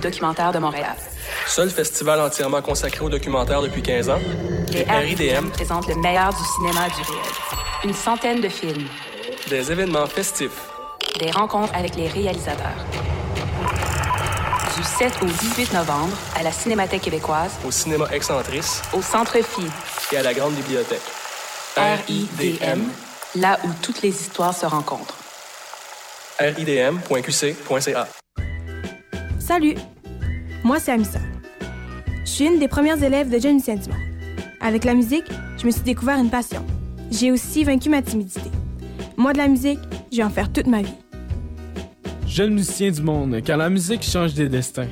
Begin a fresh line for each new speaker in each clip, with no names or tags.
documentaire de Montréal.
Seul festival entièrement consacré au documentaire depuis 15 ans,
Les RIDM présentent le meilleur du cinéma et du réel. Une centaine de films,
des événements festifs.
des rencontres avec les réalisateurs. Du 7 au 18 novembre, à la Cinémathèque québécoise,
au cinéma Excentrice
au Centre Phi,
et à la Grande Bibliothèque.
RIDM, là où toutes les histoires se rencontrent.
RIDM.qc.ca.
Salut! Moi, c'est Amissa. Je suis une des premières élèves de Jeune Saint-Dumont. Avec la musique, je me suis découvert une passion. J'ai aussi vaincu ma timidité. Moi, de la musique, je vais en faire toute ma vie.
Jeunes musiciens du monde, car la musique change des destins.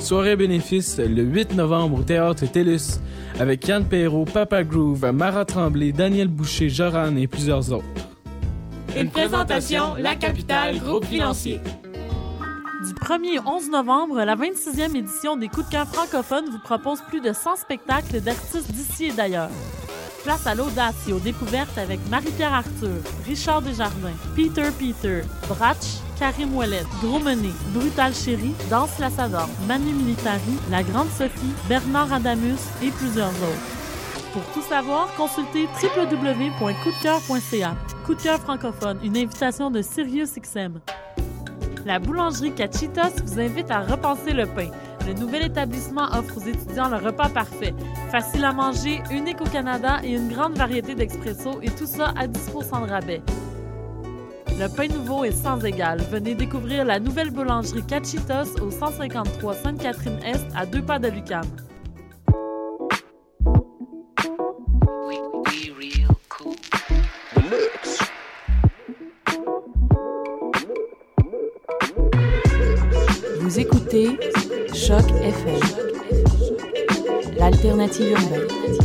Soirée bénéfice le 8 novembre au théâtre Télus avec Yann Perrault, Papa Groove, Mara Tremblay, Daniel Boucher, Joran et plusieurs autres.
Une présentation, La Capitale, groupe financier.
Du 1er au 11 novembre, la 26e édition des Coups de cœur francophones vous propose plus de 100 spectacles d'artistes d'ici et d'ailleurs. Place à l'audace et aux découvertes avec Marie-Pierre Arthur, Richard Desjardins, Peter Peter, Bratch, Karim Ouellet, Gros Menet, Brutal Chéri, Danse la Savane, Manu Militari, La Grande Sophie, Bernard Adamus et plusieurs autres. Pour tout savoir, consultez www.coupdecoeur.ca. Coup de cœur francophone, une invitation de SiriusXM. La boulangerie Cachitos vous invite à repenser le pain. Le nouvel établissement offre aux étudiants le repas parfait. Facile à manger, unique au Canada et une grande variété d'expresso et tout ça à 10 de rabais. Le pain nouveau est sans égal. Venez découvrir la nouvelle boulangerie Cachitos au 153 Sainte-Catherine-Est à deux pas de l'UQAM.
Vous écoutez Choc FM, l'alternative urbaine.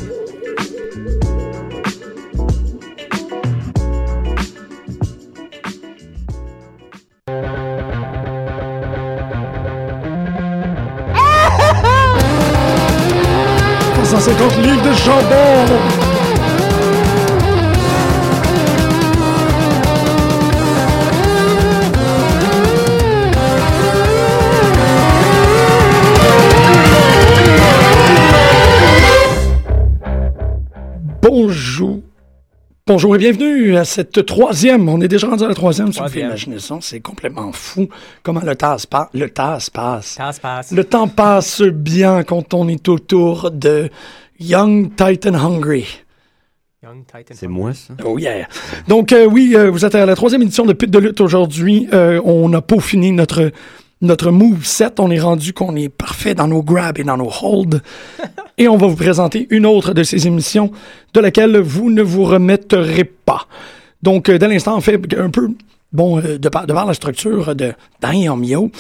Bonjour. Bonjour et bienvenue à cette troisième. On est déjà rendu à la troisième, si vous pouvez
Troisième.
imaginer ça. C'est complètement fou comment le temps se passe. Le temps se passe.
Ça se passe.
Le temps passe bien quand on est autour de Young Titan Hungry.
Young Titan.
C'est moi, ça?
Oh yeah. Donc euh, oui, euh, vous êtes à la troisième édition de Pit de lutte aujourd'hui. Euh, on n'a pas fini notre notre move set. On est rendu qu'on est parfait dans nos grabs et dans nos holds. et on va vous présenter une autre de ces émissions de laquelle vous ne vous remettrez pas. Donc euh, dès l'instant, on fait un peu bon euh, de par de par la structure de Damn Yo.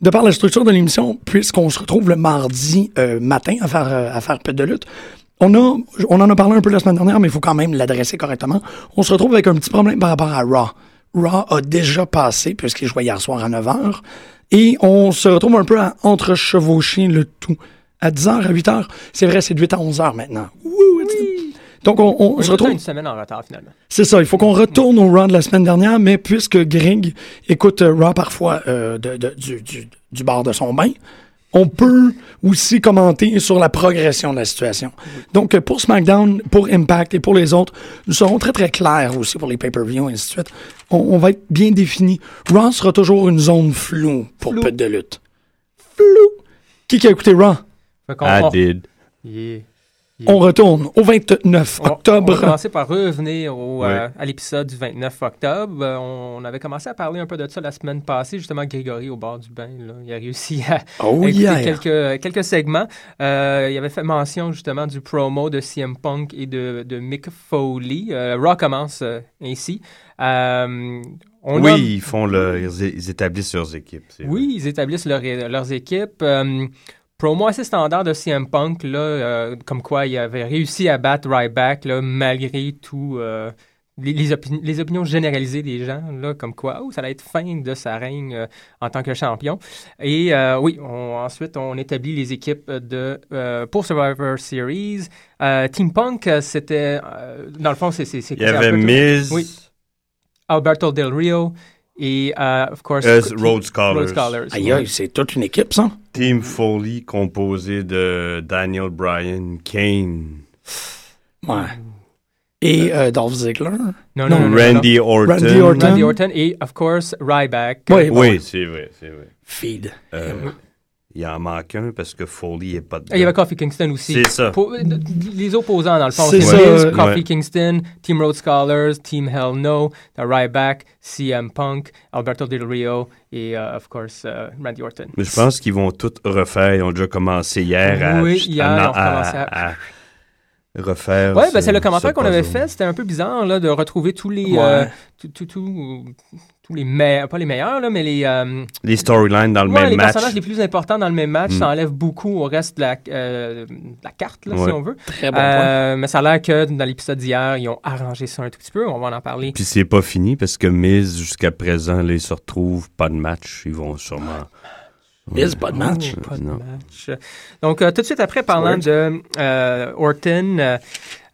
De par la structure de l'émission, puisqu'on se retrouve le mardi euh, matin à faire, euh, à faire Pit de lutte, on, a, on en a parlé un peu la semaine dernière, mais il faut quand même l'adresser correctement. On se retrouve avec un petit problème par rapport à Raw. Raw a déjà passé, puisqu'il jouait hier soir à 9h, et on se retrouve un peu à entrechevaucher le tout. À 10h, à 8h, c'est vrai, c'est de 8 à 11h maintenant. Wouh, it's- Donc, on, on
On
se
se
retrouve...
une semaine en retard, finalement.
C'est ça, il faut qu'on retourne au round de la semaine dernière, mais puisque Greg écoute euh, Raw parfois euh, de- de- du, du- du bar de son bain, on peut aussi commenter sur la progression de la situation. Donc, euh, pour SmackDown, pour Impact et pour les autres, nous serons très, très clairs aussi pour les pay-per-views et ainsi de suite. On, on va être bien définis. Raw sera toujours une zone floue pour peu de lutte. Flou! Qui qui a écouté Raw?
Fait qu'on-
I
on-
did.
Yeah.
On retourne au 29
On- On,
octobre.
va commencer par revenir au, euh,
Ouais.
à l'épisode du 29 octobre. Euh, on avait commencé à parler un peu de ça la semaine passée. Justement, Grégory, au bord du bain, là, il a réussi à,
oh
écouter
yeah!
quelques, quelques segments. Euh, il avait fait mention justement du promo de CM Punk et de, de Mick Foley. Euh, Raw commence euh, ainsi. Euh, on
oui,
a-
ils font le. Ils, ils établissent leurs équipes. c'est
oui, ils établissent leur- leurs équipes. Euh, promo assez standard de CM Punk, là, euh, comme quoi il avait réussi à battre Ryback là, malgré tout. euh, les, les opi- les opinions généralisées des gens, là, comme quoi oh, ça allait être fin de sa règne euh, en tant que champion. Et euh, oui, on- ensuite, on établit les équipes de, euh, pour Survivor Series. Euh, Team Punk, euh, c'était. euh, dans le fond, c'est. c'est- c'est-
Il y
c'est un
avait
peu tout-
Miz.
Oui. Alberto Del Rio, Et, uh, of course,
Euh, Road Scholars.
Road Scholars.
Aïe, aïe, c'est toute une équipe, ça.
Team Foley composé de Daniel Bryan, Kane,
Ouais.
Hmm.
Et euh, Dolph Ziggler.
Non, non, non, non,
Randy Orton.
Randy Orton.
Randy Orton et, of course, Ryback.
Ouais, bon,
Oui, c'est vrai, c'est vrai.
Feed.
Euh, il en manque un parce que Foley est pas dedans.
Il y avait Coffee Kingston aussi.
C'est ça.
Po- de- de- les opposants, dans le fond,
C'est ça,
c'est Miz,
ouais.
Coffee
Ouais.
Kingston, Team Road Scholars, Team Hell No, The Ryback, CM Punk, Alberto Del Rio et, euh, of course, euh, Randy Orton.
Mais je pense qu'ils vont tout refaire. Ils ont déjà commencé hier à,
Oui, hier,
à-
ils ont recommencé
à- à refaire.
Ouais,
ce-
ben, c'est le
ce
commentaire qu'on avait
puzzle.
fait. C'était un peu bizarre là, de retrouver tous les.
Ouais.
euh, tout- tout- tout- tous les meilleurs, pas les meilleurs, là, mais les, euh,
Les storylines dans le
ouais,
même
les
match.
personnages les plus importants dans le même match.
Mm.
Ça enlève beaucoup au reste de la, euh, de la carte, là,
Ouais.
si on veut.
Très Ah, bon point.
Euh, mais ça a l'air que dans l'épisode d'hier, ils ont arrangé ça un tout petit peu. On va en parler.
Puis c'est pas fini parce que Miz, jusqu'à présent, là, ils se retrouvent pas de match. Ils vont sûrement.
Miz, pas de match.
Oh, pas de
Non.
match. Donc, euh, tout de suite après, parlant de euh, Orton, euh,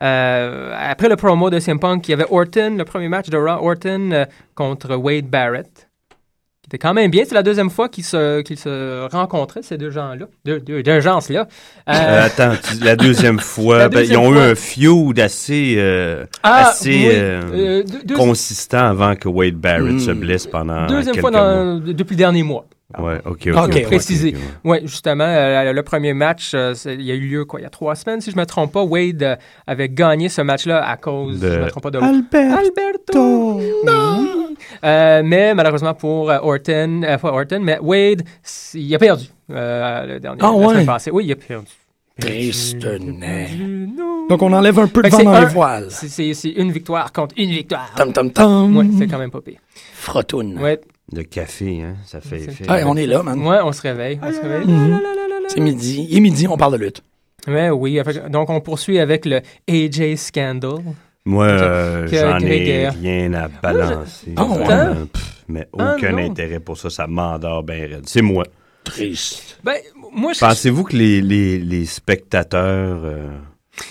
euh, après le promo de CM Punk, il y avait Orton, le premier match de Raw, Orton euh, contre Wade Barrett. qui était quand même bien. C'est la deuxième fois qu'ils se, qu'ils se rencontraient, ces deux gens-là. Deux, deux, deux gens-là. Euh,
Euh, attends, tu- la deuxième fois,
La
ben,
deuxième
ils ont
fois.
eu un feud assez, euh,
ah,
assez
oui.
euh,
Euh, deux- deux-
consistant avant que Wade Barrett
Mm.
se blesse pendant
deuxième
euh, quelques
fois dans- depuis le dernier mois.
mois. Ouais, ok, ok.
Ok,
ok,
précisé.
ok, ouais.
Oui, justement, euh, le premier match, euh, c'est- il y a eu lieu quoi, il y a trois semaines, si je ne me trompe pas. Wade euh, avait gagné ce match-là à cause,
De-
je me trompe pas, de
Albert.
Alberto. Oui. Euh, mais malheureusement pour euh, Orton, euh, pas Orton, mais Wade, s- il a perdu euh, le dernier
Ah
la semaine
ouais.
passée. Oui, il a perdu.
Triste nez.
Non.
Donc, on enlève un peu de
Fait que
vent dans
c'est
les
un-
voiles.
C'est- C'est c'est une victoire contre une victoire.
Tom, tom, tom.
Ouais, c'est quand même pas pire.
Frottoune.
Ouais,
Le café, hein, ça fait
C'est-
effet.
Hey, on est là, man.
ouais, on se réveille. On se réveille.
C'est midi. Et midi, on parle de lutte.
Ouais, oui, fait que- donc on poursuit avec le AJ Scandal.
Moi, euh,
Que-
j'en ai
Grégaire.
rien à balancer.
Ah, ouais.
Vraiment, pff, mais
Ah,
aucun
non.
intérêt pour ça, ça m'endort bien raide. C'est moi.
Triste.
Ben, moi, je-
Pensez-vous que les, les, les spectateurs... euh,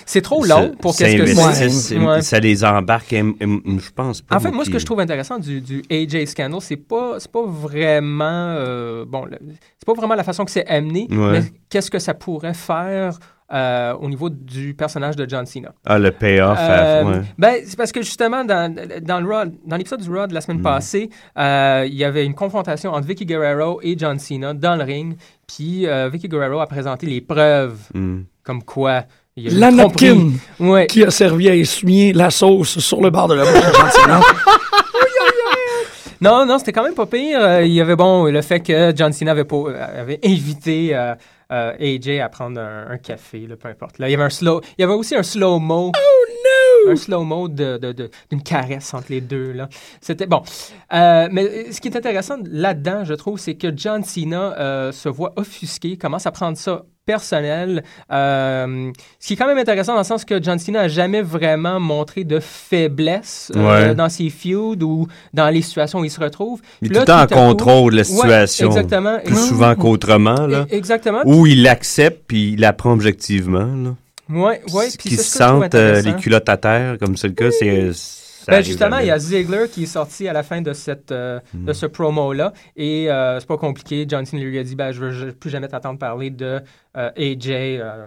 c'est trop
se-
long pour qu'est-ce que je
s'investissent,
Ouais.
et- Ça les embarque, et m- et m- je pense pas.
En fait, moi, ce que
qu'ils-
je trouve intéressant du, du AJ Scandal, c'est pas, c'est pas vraiment, euh, bon, le- c'est pas vraiment la façon que c'est amené,
Ouais.
mais qu'est-ce que ça pourrait faire euh, au niveau du personnage de John Cena.
Ah, le payoff,
Euh,
à- ouais.
ben, c'est parce que justement, dans, dans, le Raw- dans l'épisode du Raw de la
Mm.
semaine passée, euh, il y avait une confrontation entre Vicky Guerrero et John Cena dans le ring. Puis euh, Vicky Guerrero a présenté les preuves
Mm.
comme quoi il y a une
La
tromperie.
napkin
Ouais.
qui a servi à essuyer la sauce sur le bord de la bouche de John Cena.
Non, non, c'était quand même pas pire. Euh, il y avait, bon, le fait que John Cena avait, pas- avait invité euh, euh, AJ à prendre un, un café, là, peu importe. Là, il y avait un slow... Il y avait aussi un slow-mo. Oh no! Un slow-mo de- de- de- d'une caresse entre les deux, là. C'était... Bon. Euh, mais euh, ce qui est intéressant là-dedans, je trouve, c'est que John Cena euh, se voit offusqué, commence à prendre ça personnel. Euh, ce qui est quand même intéressant dans le sens que John Cena n'a jamais vraiment montré de faiblesse euh,
Ouais.
dans ses feuds ou dans les situations où il se retrouve.
Il est
Là,
tout le temps en
à coup-
contrôle de la
Ouais,
situation.
exactement.
Plus souvent qu'autrement, là.
E- Exactement.
Ou il l'accepte, puis il apprend objectivement, là.
Ouais, ouais, puis
Qu'ils
c'est
se
ça que je trouve
sentent euh, les
intéressant.
culottes à terre, comme c'est le cas, c'est... euh, ça
Ben
arrive
justement,
jamais.
il y a Ziegler qui est sorti à la fin de, cette, euh,
Hmm.
de ce promo-là. Et euh, c'est pas compliqué. Johnson lui a dit ben, Je veux je- plus jamais t'entendre parler de euh, AJ euh,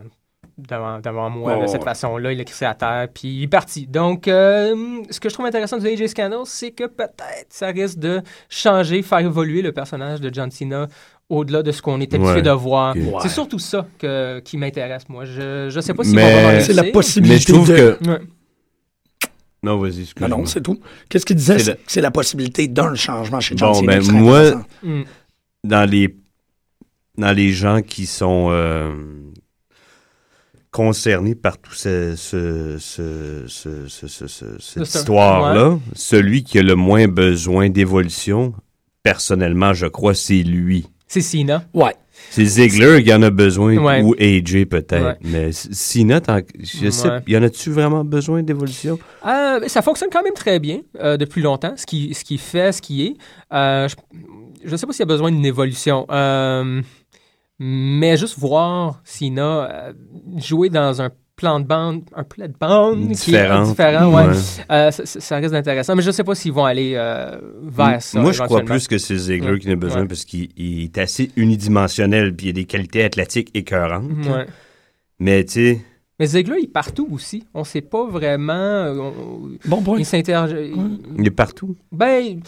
devant, devant moi de
Oh.
cette façon-là. Il a crissé à terre, puis il est parti. Donc, euh, ce que je trouve intéressant du AJ Scandal, c'est que peut-être ça risque de changer, faire évoluer le personnage de John Cena au-delà de ce qu'on est habitué
Ouais.
de voir.
Ok.
Ouais.
C'est surtout ça que, qui m'intéresse, moi. Je, je sais pas si
Mais-
C'est la
Mais
possibilité
je trouve
de...
que...
Ouais.
Non, vas-y, excuse-moi.
Non,
Mm-hmm.
non, c'est tout. Qu'est-ce qu'il disait?
C'est
C'est
le-
c'est la possibilité d'un changement chez John
Bon,
Cena
ben,
qui serait
moi-
intéressant.
Hmm.
dans les dans les gens qui sont euh, concernés par tout ce, ce- ce- ce- ce- ce- ce- cette
Ce-
histoire-là, celui qui a le moins besoin d'évolution, personnellement, je crois, c'est lui.
C'est Cena.
Ouais.
C'est Ziegler qui en a besoin,
Ouais.
ou AJ peut-être.
Ouais.
Mais S- Cena, tant que- je sais,
Ouais.
y en a-tu vraiment besoin d'évolution?
Euh, ça fonctionne quand même très bien euh, depuis longtemps, ce qui, ce qui fait, ce qui est. Euh, je ne sais pas s'il y a besoin d'une évolution, euh, mais juste voir Sina euh, jouer dans un plan de bande, un plan de bande qui est
Différente.
différent, ouais.
Ouais.
Euh, ça, ça- ça risque d'intéressant. Mais je ne sais pas s'ils vont aller euh, vers ça.
Moi, je crois
éventuellement.
plus que c'est Ziegler
Ouais.
qui en a besoin
Ouais.
parce qu'il il est assez unidimensionnel puis il a des qualités athlétiques écœurantes.
Mhm, Ouais.
Mais tu sais,
Mais Ziegler, il est partout aussi. On ne sait pas vraiment. euh, on-
Bon point.
Il s'interroge.
il est partout.
Ben,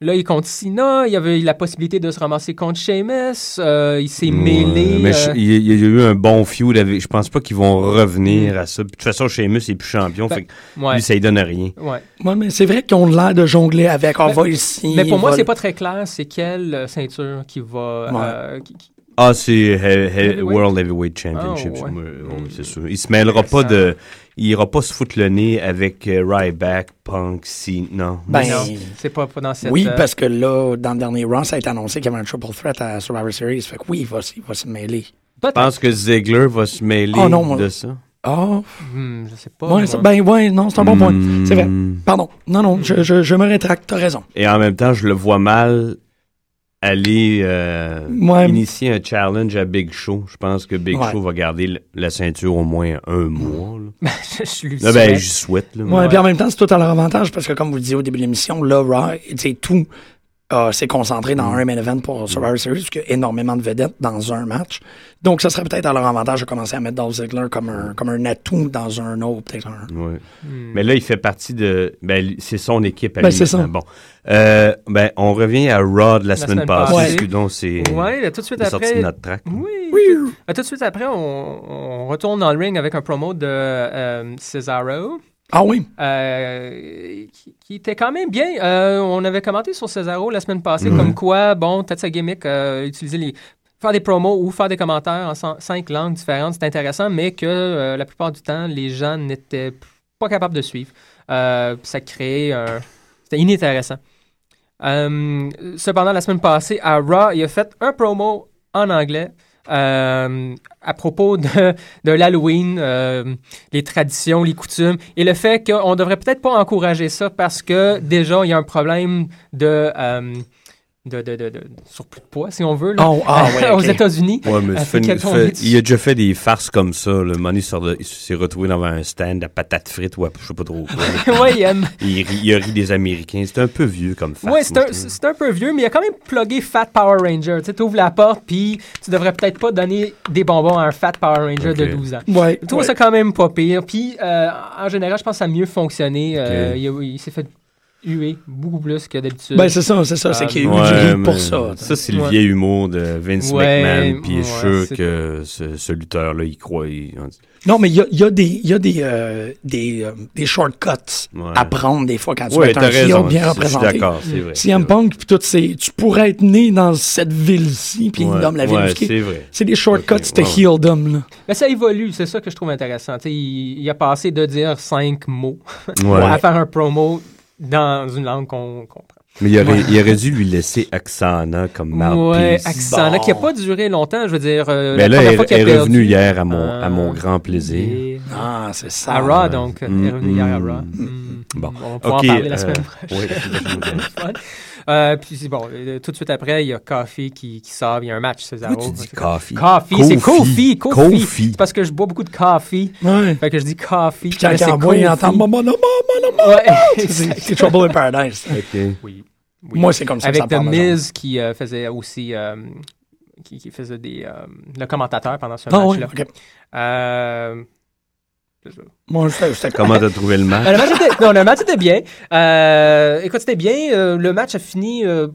là, il est contre Sina. Il y avait la possibilité de se ramasser contre Sheamus. euh, il s'est mêlé.
Ouais, mais je-
euh,
il, y a- il y a eu un bon feud. Avec, je pense pas qu'ils vont revenir à ça. Puis, de toute façon, Sheamus est plus champion.
Ben,
fait que
ouais.
lui, ça lui donne rien.
Ouais.
Ouais, mais c'est vrai qu'ils ont l'air de jongler avec. On
Mais-
va ici.
Mais pour
on
moi,
va
c'est
là.
pas très clair c'est quelle euh, ceinture qui va. euh, qui- qui-
Ah, c'est euh, he- he-
Heavyweight?
World Heavyweight Championship.
Ah, ouais.
moi, euh,
Mm.
c'est sûr. Il se mêlera pas de. Il ira pas se foutre le nez avec euh, Ryback, Punk, si. Non.
Ben,
Non, c'est pas, pas dans cette.
Oui,
euh,
parce que là, dans le dernier round, ça a été annoncé qu'il y avait un triple threat à Survivor Series. Fait que oui, il va, s- il va se mêler.
Je pense que Ziegler va se mêler
Ah, non, moi-
de ça.
Ah,
Hmm, je sais pas.
ouais,
moi.
ça- ben ouais, non, c'est un bon point. C'est vrai.
Mm.
Pardon. Non, non, je, je, je me rétracte, t'as raison.
Et en même temps, je le vois mal aller euh,
Ouais.
initier un challenge à Big Show. Je pense que Big
Ouais.
Show va garder l- la ceinture au moins un mois. là.
je, je lui
Là, ben,
souhaite.
j'y souhaite. là, mais-
Ouais, puis en même temps, c'est tout à leur avantage parce que, comme vous le disiez au début de l'émission, là, Raw, tu sais, tout euh, s'est concentré
Mm.
dans un main event pour Survivor Series, parce qu'il y a énormément de vedettes dans un match. Donc, ça serait peut-être à leur avantage de commencer à mettre Dolph Ziggler comme un, comme un atout dans un autre, peut-être un.
Ouais.
Hmm.
Mais là, il fait partie de. Ben, lui- c'est son équipe à
Ben,
lui
c'est ça.
maintenant. Bon. Euh, ben, on revient à Raw de la, semaine, passée.
passée.
Excusez-moi, c'est.
Ouais, là, tout de suite
c'est sorti de
après.
notre track.
Oui. tout- Ah, Tout de suite après, on, on retourne dans le ring avec un promo de euh, Cesaro,
Ah oui,
euh, qui, qui était quand même bien. Euh, on avait commenté sur Cesaro la semaine passée, comme quoi, bon, peut-être sa gimmick, euh, utiliser les. Faire des promos ou faire des commentaires en cent- cinq langues différentes, c'est intéressant, mais que euh, la plupart du temps, les gens n'étaient p- pas capables de suivre. Euh, ça créait un. C'était inintéressant. Euh, cependant, la semaine passée, à Raw, il a fait un promo en anglais euh, à propos de, de l'Halloween, euh, les traditions, les coutumes, et le fait qu'on devrait peut-être pas encourager ça parce que déjà, il y a un problème de... euh, de, de, de, de surplus de poids, si on veut, là,
Oh, ah ouais,
aux
ok.
États-Unis.
Ouais, mais
Ah,
fait-
fait qu'elle
fait-
tombe dessus.
il a déjà fait des farces comme ça. Le money sort de- il s'est retrouvé devant un stand à patates frites ou à je sais pas trop quoi.
ouais, il aime-
il, rit- il a ri des Américains. C'est un peu vieux comme farce.
Ouais, c'est
moi,
un,
je trouve.
c'est un peu vieux, mais il a quand même plugué Fat Power Ranger. Tu sais, t'ouvres la porte, puis tu devrais peut-être pas donner des bonbons à un Fat Power Ranger de
Ok.
12 ans.
ouais.
Je trouve
ouais.
ça quand même pas pire. Puis, euh, en général, je pense que ça a mieux fonctionné. Euh, il a- il s'est fait huer beaucoup plus que d'habitude.
Ben, c'est ça, c'est ça. c'est
Euh,
qu'il y a eu
Ouais,
du hate
mais
pour ça.
Ça, c'est le
Ouais.
vieil humour de Vince
Ouais,
McMahon. Puis je suis
ouais,
sûr
c'est-
que ce, ce lutteur-là, il croit. il-
Non, mais il y a, il y a des, il y a des, euh, des, euh, des shortcuts
Ouais.
à prendre des fois quand tu
Ouais,
veux être
t'as
un heel
raison.
bien
je suis
représenté.
d'accord, c'est vrai. c'est
CM
vrai.
Punk, puis toutes ces. Tu pourrais être né dans cette ville-ci, puis il
Ouais,
nomme la ville
ouais,
du Québec.
c'est vrai.
C'est des shortcuts,
Ok,
c'était
ouais, ouais.
heeldom, là.
Mais ça évolue, c'est ça que je trouve intéressant. Tu sais, il, il a passé de dire cinq mots
Ouais.
à faire un promo dans une langue qu'on comprend.
Mais il aurait, il aurait dû lui laisser Axana comme mouthpiece.
Ouais, Axana,
Bon.
qui n'a pas duré longtemps, je veux dire. euh,
Mais
la
là,
première
elle
fois qu'il a
elle est revenue
perdu-
hier à mon, à
Ah,
mon grand plaisir.
et-
Ah, c'est ça.
À Raw, donc. Elle est revenue
mm,
hier à Raw.
mm,
Mm,
Bon.
On va pouvoir
Ok,
en parler
euh,
la semaine
oui.
prochaine. Euh, puis c'est bon, euh, tout de suite après, il y a Coffee qui, qui sort. Il y a un match, Cesaro.
Pourquoi tu dis coffee?
Coffee, c'est
Coffee.
Kofi, Kofi.
Kofi.
C'est parce que je bois beaucoup de coffee.
Ouais.
Fait que je dis coffee.
Puis quand
mais
il
c'est
envoie, il entend
Kofi.
Maman, maman, maman.
Ouais,
C'est c'est Trouble in Paradise.
Ok.
Moi, c'est comme ça
Avec
que ça
The
me
Miz qui euh, faisait aussi. euh, qui, qui faisait des. euh, le commentateur pendant ce
Ah oui,
match-là.
ok.
Euh,
Moi, c'était c'était comme...
Comment t'as trouvé le match?
Ben, le match était, non, le match était bien. Euh, écoute, c'était bien. Euh, le match a fini. euh,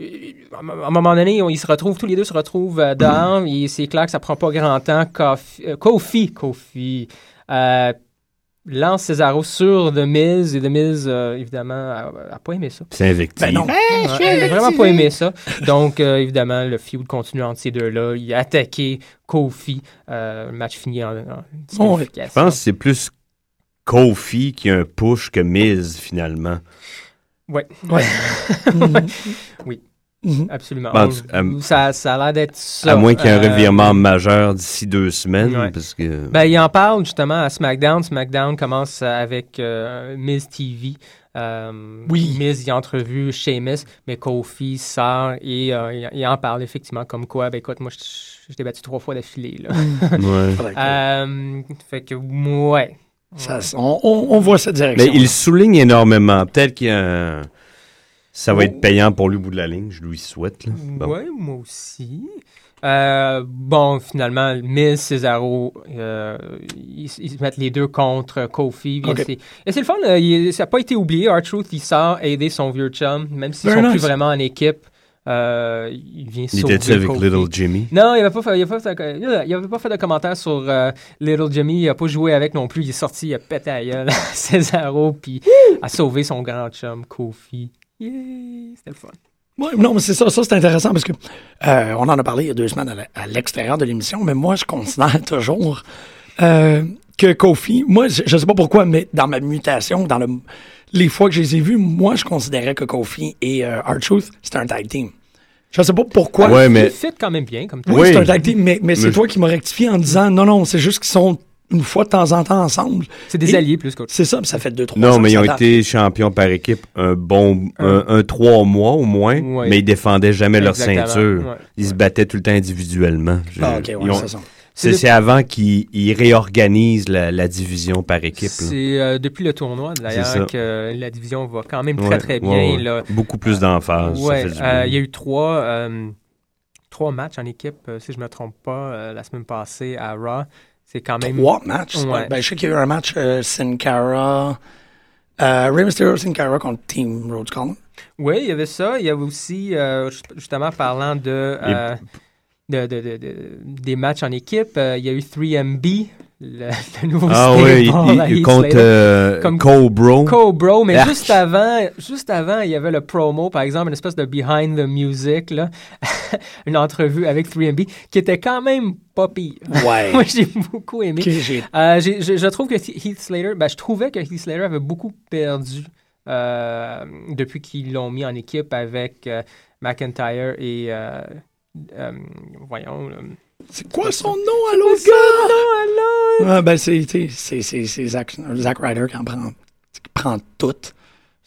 euh, à un moment donné, on- ils se retrouvent, tous les deux se retrouvent euh, dehors. Et c'est clair que ça prend pas grand temps. Kofi, euh, Kofi, Kofi, euh, lance Cesaro sur The Miz. Et The Miz, euh, évidemment, a, a pas aimé ça.
C'est invectif.
Ben non.
Ouais, elle a vraiment pas aimé ça. Donc, euh, évidemment, le feud continue entre ces deux-là. Il a attaqué Kofi. Euh, le match fini en, en disqualification.
Je pense que c'est plus Kofi qui a un push que Miz, finalement.
Ouais.
Ouais. Mhm.
Oui.
Mhm.
Absolument.
Ben, en
On-
tout- à-
ça, ça a l'air d'être ça.
À moins qu'il y ait un
Euh,
revirement majeur d'ici deux semaines,
Ouais.
parce que...
Ben, il en parle justement à SmackDown. SmackDown commence avec euh, Miz TV. Euh,
Oui.
Miz y entrevue Sheamus, mais Kofi sort et euh, il- il en parle effectivement comme quoi, ben écoute, moi je je t'ai battu trois fois d'affilée. là.
ouais.
Euh, fait que, ouais.
Ça, on, on- on voit cette
Mais
direction.
il souligne énormément. Peut-être qu'il y a un- Ça va être payant pour lui au bout de la ligne, je lui souhaite. là. Bon.
Ouais, moi aussi. Euh, bon, finalement, Miz, Cesaro, euh, ils, ils se mettent les deux contre Kofi. Et
Ok.
c'est- Et c'est le fun, euh, il- ça n'a pas été oublié. R-Truth, il sort aider son vieux chum, même s'ils ne
Very
sont plus
nice.
vraiment en équipe. euh, il vient
Il
sauver
était-tu avec
Kofi.
Little Jimmy?
Non, il n'avait pas, fait- il avait pas fait de- il avait pas fait de commentaire sur euh, Little Jimmy. Il n'a pas joué avec non plus. Il est sorti, il a pété à gueule à Cesaro, puis a sauvé son grand chum, Kofi. Yay! C'était le fun.
Ouais, non, mais c'est ça, ça c'est intéressant parce que euh, on en a parlé il y a deux semaines à la- à l'extérieur de l'émission, mais moi je considère toujours euh, que Kofi, moi je, je sais pas pourquoi, mais dans ma mutation, dans le, les fois que je les ai vus, moi je considérais que Kofi et euh, R-Truth, c'était un tag team. Je sais pas pourquoi.
Ouais,
Il
mais...
fit quand même bien comme
Oui,
Oui.
c'est un tag team, mais, mais c'est
Mais-
toi qui m'as rectifié en disant non, non, c'est juste qu'ils sont une fois de temps en temps ensemble.
C'est des
Et-
alliés plus qu'autre chose.
C'est ça, puis ça fait deux, trois ans
Non, mais
que
ils
ça
ont
date.
été champions par équipe un bon... un, un trois mois au moins,
Ouais.
mais ils défendaient jamais leur
Exactement,
ceinture.
ouais.
Ils se battaient tout le temps individuellement. Je-
Ah, ok, ouais,
ils ont-
c'est ça.
C'est c'est avant qu'ils ils réorganisent la, la division par équipe. là.
C'est euh, depuis le tournoi,
C'est ça.
d'ailleurs, que la division va quand même très,
Ouais,
très
ouais,
bien.
ouais.
là.
Beaucoup plus d'emphase. ça
Ouais,
fait du
euh,
bien.
il y a eu trois, euh, trois matchs en équipe, euh, si je ne me trompe pas, euh, la semaine passée à Raw. C'est quand même...
Trois matchs.
Ouais.
Ben, je sais qu'il y a eu un match euh, Sin Cara. Euh, Rey Mysterio Sin Cara contre Team Rhodes Collins.
Oui, il y avait ça. Il y avait aussi, euh, ju- justement, parlant de, euh, de- de- de- de- des matchs en équipe, euh, il y a eu 3MB, le, le nouveau
Ah
stable
oui,
à
il- il-
Heath
contre
Slater.
euh,
Comme-
Cobro.
Cobro, mais
Arc.
juste avant, juste avant, il y avait le promo, par exemple, une espèce de behind the music, là, une entrevue avec 3MB, qui était quand même pas pire.
Ouais.
Moi, j'ai beaucoup aimé.
Ok, j'ai-
Euh, j'ai- je, je trouve que Heath Slater, ben, je trouvais que Heath Slater avait beaucoup perdu euh, depuis qu'ils l'ont mis en équipe avec euh, McIntyre et. euh, euh, voyons. euh, là.
C'est quoi son nom à l'autre gars? Ah, ben, c'est, tu sais, c'est, c'est, c'est Zack, Zack Ryder qui en prend, qui prend tout.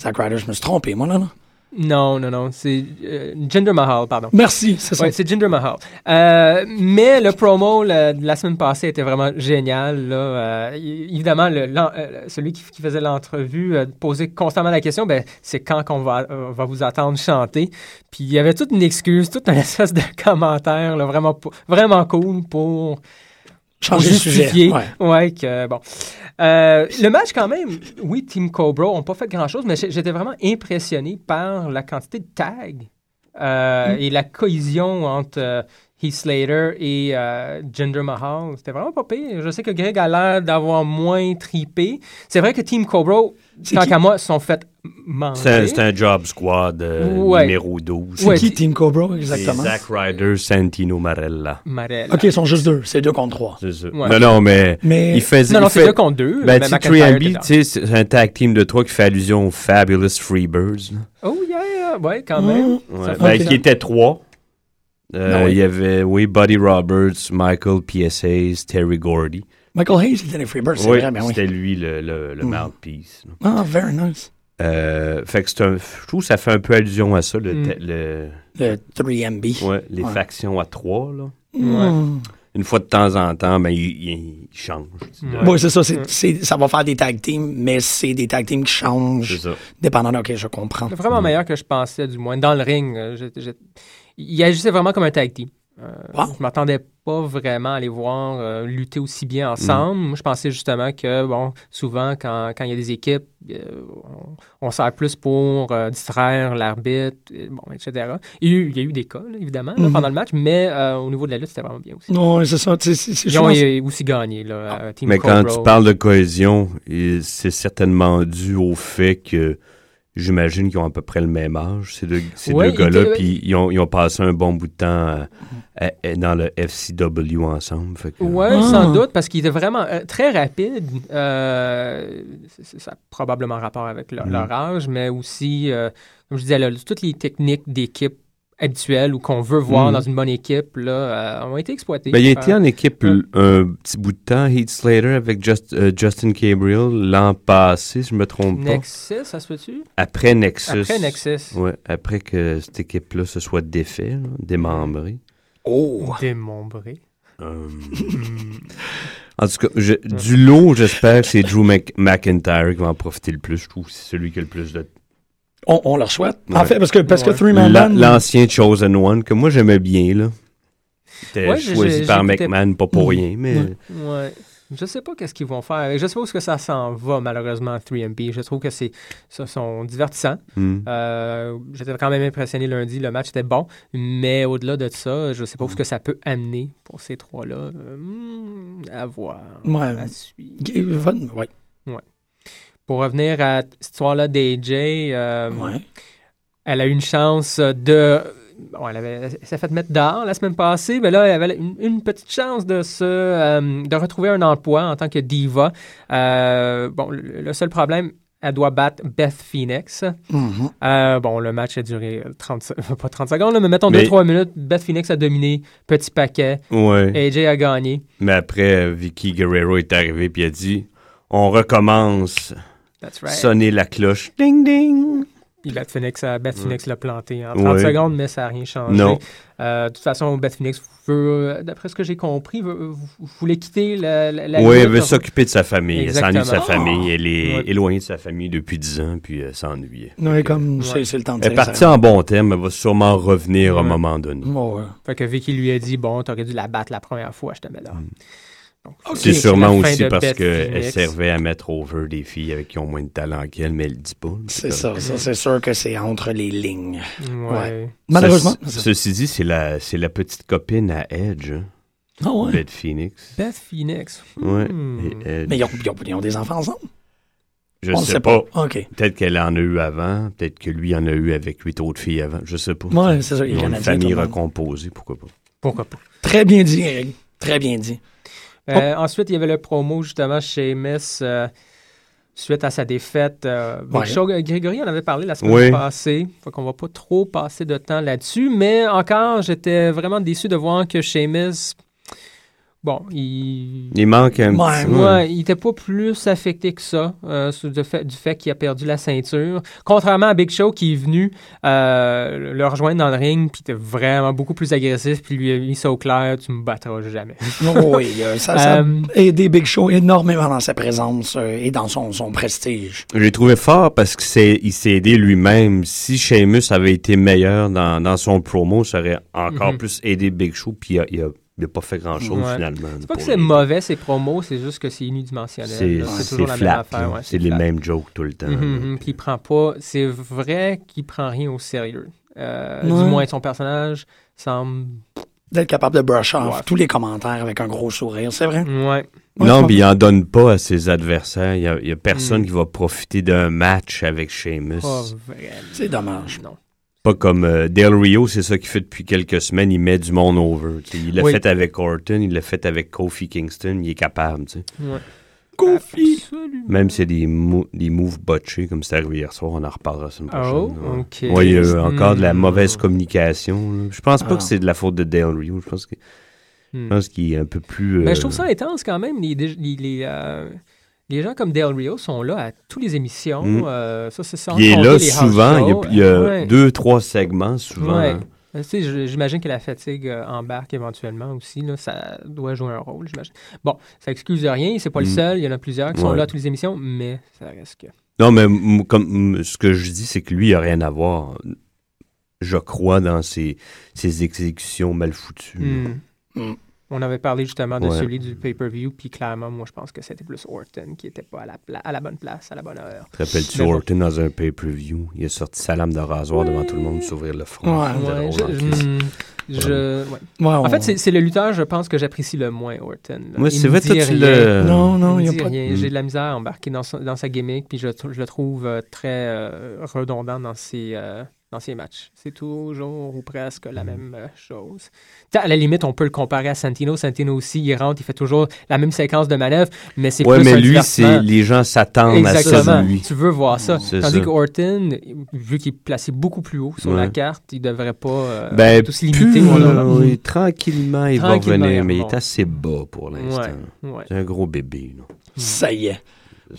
Zack Ryder, je me suis trompé, moi, là, non?
Non, non, non. C'est euh, Jinder Mahal, pardon.
Merci, c'est ça.
Ouais, c'est Jinder Mahal. Euh, mais le promo là, de la semaine passée était vraiment génial. Là. Euh, y- évidemment, le- l'en- euh, celui qui, qui faisait l'entrevue euh, posait constamment la question, ben, c'est quand qu'on va, euh, va vous attendre chanter. Puis il y avait toute une excuse, toute une espèce de commentaire là, vraiment, po- vraiment cool pour
Changer de sujet.
justifier.
Ouais.
Ouais, que bon. Euh, le match, quand même, oui, Team Cobra n'ont pas fait grand-chose, mais j'ai- j'étais vraiment impressionné par la quantité de tags euh, et la cohésion entre euh, Heath Slater et euh, Jinder Mahal. C'était vraiment pas pire. Je sais que Greg a l'air d'avoir moins tripé. C'est vrai que Team Cobra,
C'est
tant
qui-
qu'à moi, se sont fait manger.
C'est un- c'est un job squad euh,
Ouais.
numéro 12.
Ouais.
Qui, Team Cobra,
C'est
exactement?
Zack Ryder, Santino Marella.
Marel.
Ok, ils sont juste deux. C'est deux contre trois.
C'est ça.
Ouais.
Non, non, mais,
Mais-
il faisait...
Non, non,
il
c'est
fait-
deux contre deux.
Ben,
mais
tu sais,
McIntyre
3MB,
était
tu sais, c'est un tag team de trois qui fait allusion aux Fabulous Freebirds. là.
dans- Oh, yeah, ouais, quand même.
Ouais.
Ça
Ben,
fonctionne.
qui étaient trois. Euh,
Non, oui.
Il y avait, oui, Buddy Roberts, Michael PSAs, Terry Gordy.
Michael Hayes, il était les Freebirds, c'est
Oui,
vrai, mais oui.
c'était lui le, le, le
Mm.
mouthpiece. là.
Ah, very nice.
Euh, fait que c'est un, je trouve que ça fait un peu allusion à ça, le,
Mm.
te- le-
Le 3MB.
ouais, les
Hmm. Ouais.
factions à trois. Là.
Mm.
Une fois de temps en temps, ben, ils ils- ils changent. tu sais,
Ouais. Mm.
de-
Ouais, c'est ça. c'est- c'est- ça va faire des tag teams, mais c'est des tag teams qui
C'est
changent.
ça.
Dépendant, de- ok, je comprends.
Vraiment meilleur que je pensais, du moins. Dans le ring, euh, je- je- il agissait vraiment comme un tag team. Euh,
Wow.
Je m'attendais pas vraiment à les voir euh, lutter aussi bien ensemble.
Mm.
Moi, je pensais justement que, bon, souvent, quand, quand il y a des équipes, euh, on, on sert plus pour euh, distraire l'arbitre, et bon, etc. Il y a eu, il y a eu des cas, là, évidemment, là,
Mhm.
pendant le match, mais euh, au niveau de la lutte, c'était vraiment bien aussi.
Non, c'est ça. tu sais, c'est- c'est-
Ils
je
ont
pense- Ah.
euh, aussi gagné, là, à Team
Mais quand
Cobra.
tu parles de cohésion, il- c'est certainement dû au fait que j'imagine qu'ils ont à peu près le même âge, ces deux, ces
Ouais,
deux gars-là,
ils étaient-
puis ils ont, ils ont passé un bon bout de temps à- à- à- dans le FCW ensemble. Fait que-
Oui,
Ah.
sans doute, parce qu'il était vraiment euh, très rapide. Euh, c'est- c'est- ça a probablement rapport avec leur,
Mhm.
leur âge, mais aussi, euh, comme je disais, là, toutes les techniques d'équipe habituels ou qu'on veut voir dans une bonne équipe là, euh, ont été exploités.
Mm. Ben, il a
par-
été en équipe
Ouais.
un petit bout de temps, Heath Slater, avec Just- euh, Justin Gabriel l'an passé, si je me trompe
Nexus, ça se peut-tu?
pas. Après Nexus.
Après Nexus.
Ouais, après que cette équipe-là se soit défait, là, démembrée.
Oh!
Démembré.
Euh, en tout cas, je- du lot, j'espère que c'est Drew Mc- McIntyre qui va en profiter le plus. Je trouve que c'est celui qui a le plus de
On, on leur souhaite. En
Ouais.
fait, parce que, parce que
Ouais.
Three Man
La-
Band,
L'ancien Chosen One, que moi j'aimais bien, là. C'était
Ouais, j'ai-
choisi
j'ai-
par
j'écoutais-
McMahon, pas pour rien, mais
Ouais. Je sais pas qu'est-ce qu'ils vont faire. avec. Je sais pas où est-ce que ça s'en va, malheureusement, 3MP. Je trouve que c'est, ça sont divertissants.
hmm.
Euh, j'étais quand même impressionné lundi. Le match était bon. Mais au-delà de ça, je sais pas où est-ce que ça peut amener pour ces trois-là. Euh, hmm, à voir.
Ouais.
À suivre.
G- Von- ouais.
Pour revenir à cette histoire-là d'AJ, euh,
Ouais.
elle a eu une chance de. Bon, elle, avait, elle s'est fait mettre dehors la semaine passée, mais là, elle avait une, une petite chance de se euh, de retrouver un emploi en tant que diva. Euh, bon, le le seul problème, elle doit battre Beth Phoenix.
Mhm.
Euh, bon, le match a duré 30, se- pas 30 secondes, là, mais mettons
Mais-
2-3 minutes. Beth Phoenix a dominé, petit paquet.
Ouais.
AJ a gagné.
Mais après, euh, Vicky Guerrero est arrivé puis a dit On recommence,
That's right.
sonner la cloche. Ding ding
Puis Beth Phoenix, euh, Beth Phoenix l'a planté en 30
Mm. Ouais.
secondes, mais ça n'a rien changé.
Non.
Euh, de toute façon, Beth Phoenix veut, euh, d'après ce que j'ai compris, veut- euh, vous, vous voulez quitter la, la, hein. la
Oui,
lutte.
elle veut s'occuper de sa famille. Elle s'ennuie de sa
Exactement.
famille. Elle est
Ouais.
éloignée de sa famille depuis 10 ans, puis elle s'ennuyait.
Ouais, comme
Ouais.
c'est c'est le temps de
Elle est
dire
partie
ça.
en bon terme, elle va sûrement revenir à un
Ouais.
moment donné.
Ouais, ouais.
Fait que Vicky lui a dit, bon, t'aurais dû la battre la première fois, je te mets là. Donc,
Mm. C'est sûrement
la fin
aussi
de
parce
Beth
qu'elle
Phoenix.
servait à mettre over des filles avec qui ont moins de talent qu'elle, mais elle le dit pas.
C'est ça, ça, c'est sûr que c'est entre les lignes.
Ouais.
Ouais. Malheureusement.
Ceci, ceci dit, c'est la, c'est la petite copine à Edge, hein,
Ah ouais.
Beth Phoenix.
Beth Phoenix.
Ouais.
Hmm.
Et Edge.
Mais ils ont, ils ont- ils ont des enfants ensemble.
je
on ne
sais, pas.
OK.
Peut-être qu'elle en a eu avant. Peut-être que lui en a eu avec huit autres filles avant. Je sais pas.
Ouais, c'est ça, les
Ils ont une
Canadiens,
famille
tout le monde.
recomposée, pourquoi pas.
Pourquoi pas.
Très bien dit, Eric. Très bien dit.
Euh, Ensuite, il y avait le promo, justement, chez Miss. euh, Suite à sa défaite, euh, bon,
Ouais.
Shaw- Grégory en avait parlé la semaine
Oui.
passée. Fait qu'on va pas trop passer de temps là-dessus. Mais encore, j'étais vraiment déçu de voir que Sheamus, bon, il,
Il manque un
Ouais,
petit.
Ouais, il était pas plus affecté que ça euh, sous le fait- du fait qu'il a perdu la ceinture. Contrairement à Big Show qui est venu euh, le rejoindre dans le ring, puis était vraiment beaucoup plus agressif, puis lui a mis ça au clair, tu me battras jamais.
Oh oui, euh, ça, ça
Euh,
a aidé Big Show énormément dans sa présence euh, et dans son, son prestige.
J'ai trouvé fort parce qu'il s'est aidé lui-même. Si Sheamus avait été meilleur dans, dans son promo, ça aurait encore
Mhm.
plus aidé Big Show, puis il a, il a- il a pas fait grand-chose
Ouais.
finalement.
c'est pas que c'est mauvais ces promos, c'est juste que c'est unidimensionnel.
C'est
là.
c'est
toujours la même
flat. là.
affaire. ouais,
c'est les
flat.
mêmes jokes tout le temps.
Mhm,
là.
mhm, Puis il prend pas. C'est vrai qu'il prend rien au sérieux. Euh, Du
Ouais.
moins, son personnage semble.
D'être capable de brush off
Ouais.
tous les commentaires avec un gros sourire, c'est vrai?
Ouais.
Ouais,
Mm. non,
je
puis il en donne pas à ses adversaires. Il y a, il y a personne
Mm.
qui va profiter d'un match avec Sheamus.
Pas vraiment.
C'est dommage.
Non.
Pas comme euh, Del Rio, c'est ça qu'il fait depuis quelques semaines. Il met du monde over. tu sais. Il l'a
Oui.
fait avec Orton, il l'a fait avec Kofi Kingston. Il est capable. tu sais.
Ouais.
Kofi!
Absolument.
Même s'il y a des, mo- des moves botchés, comme c'est arrivé hier soir, on en reparlera la semaine prochaine.
Oh,
ouais.
ok.
Ouais, il y a eu encore de la
Hmm.
mauvaise communication. là. Je pense pas
Ah.
que c'est de la faute de Del Rio. Je pense que- je
Hmm.
pense qu'il est un peu plus.
Ben, je trouve
euh,
ça intense quand même. Les, dé- les, les, euh, les gens comme Del Rio sont là à toutes les émissions.
Mm.
euh, ça, c'est sans
Il est
compter
là
les house
souvent, il y a,
shows.
il y a
Ouais.
deux, trois segments souvent.
Ouais.
hein.
Euh, tu sais, je- J'imagine que la fatigue euh, embarque éventuellement aussi. Là, ça doit jouer un rôle, j'imagine. Bon, ça excuse rien, c'est pas le
Mm.
seul. Il y en a plusieurs qui sont
Ouais.
là à toutes les émissions, mais ça reste que.
Non, mais m- comme m- ce que je dis, c'est que lui, il n'a rien à voir. Je crois dans ses, ses exécutions mal foutues.
Mm.
Mm.
On avait parlé justement de
Ouais.
celui du pay-per-view, puis clairement, moi, je pense que c'était plus Orton qui n'était pas à la, pla- à la bonne place, à la bonne heure.
Te rappelles-tu
Mais bon.
Orton dans un pay-per-view? Il a sorti sa lame de rasoir devant tout le monde, s'ouvrir le front.
Ouais.
C'était
Ouais,
drôle,
je-
en
je-
crise.
mm, je- ouais.
Ouais,
En
on-
fait, c'est- c'est le lutteur, je pense, que j'apprécie le moins, Orton. là.
Moi,
Il
c'est
me
vrai,
dit
toi, tu
rien.
l'as-
Non, non,
Il
il
me
n'y
dit
a pas.
rien.
Mm.
J'ai de la misère à embarquer dans, son- dans sa gimmick, puis je, tr- je le trouve euh, très euh, redondant dans ses, euh, dans ces matchs. C'est toujours ou presque
Mm.
la même euh, chose. T'as- À la limite, on peut le comparer à Santino. Santino aussi, il rentre, il fait toujours la même séquence de manœuvre, mais c'est
Ouais,
plus
mais
un
lui,
divertissement.
c'est les gens s'attendent à ça
Exactement.
de lui.
Tu veux voir ça.
C'est
Tandis
ça.
que Orton, vu qu'il est placé beaucoup plus haut sur
Ouais.
la carte, il devrait pas euh,
Ben,
tout se limiter.
plus,
voilà.
là, oui, tranquillement, il va
Hmm. Tranquillement,
revenir,
il
mais il est
remonte.
assez bas pour l'instant.
Ouais, ouais.
C'est un gros bébé. là.
Mm.
Ça y est.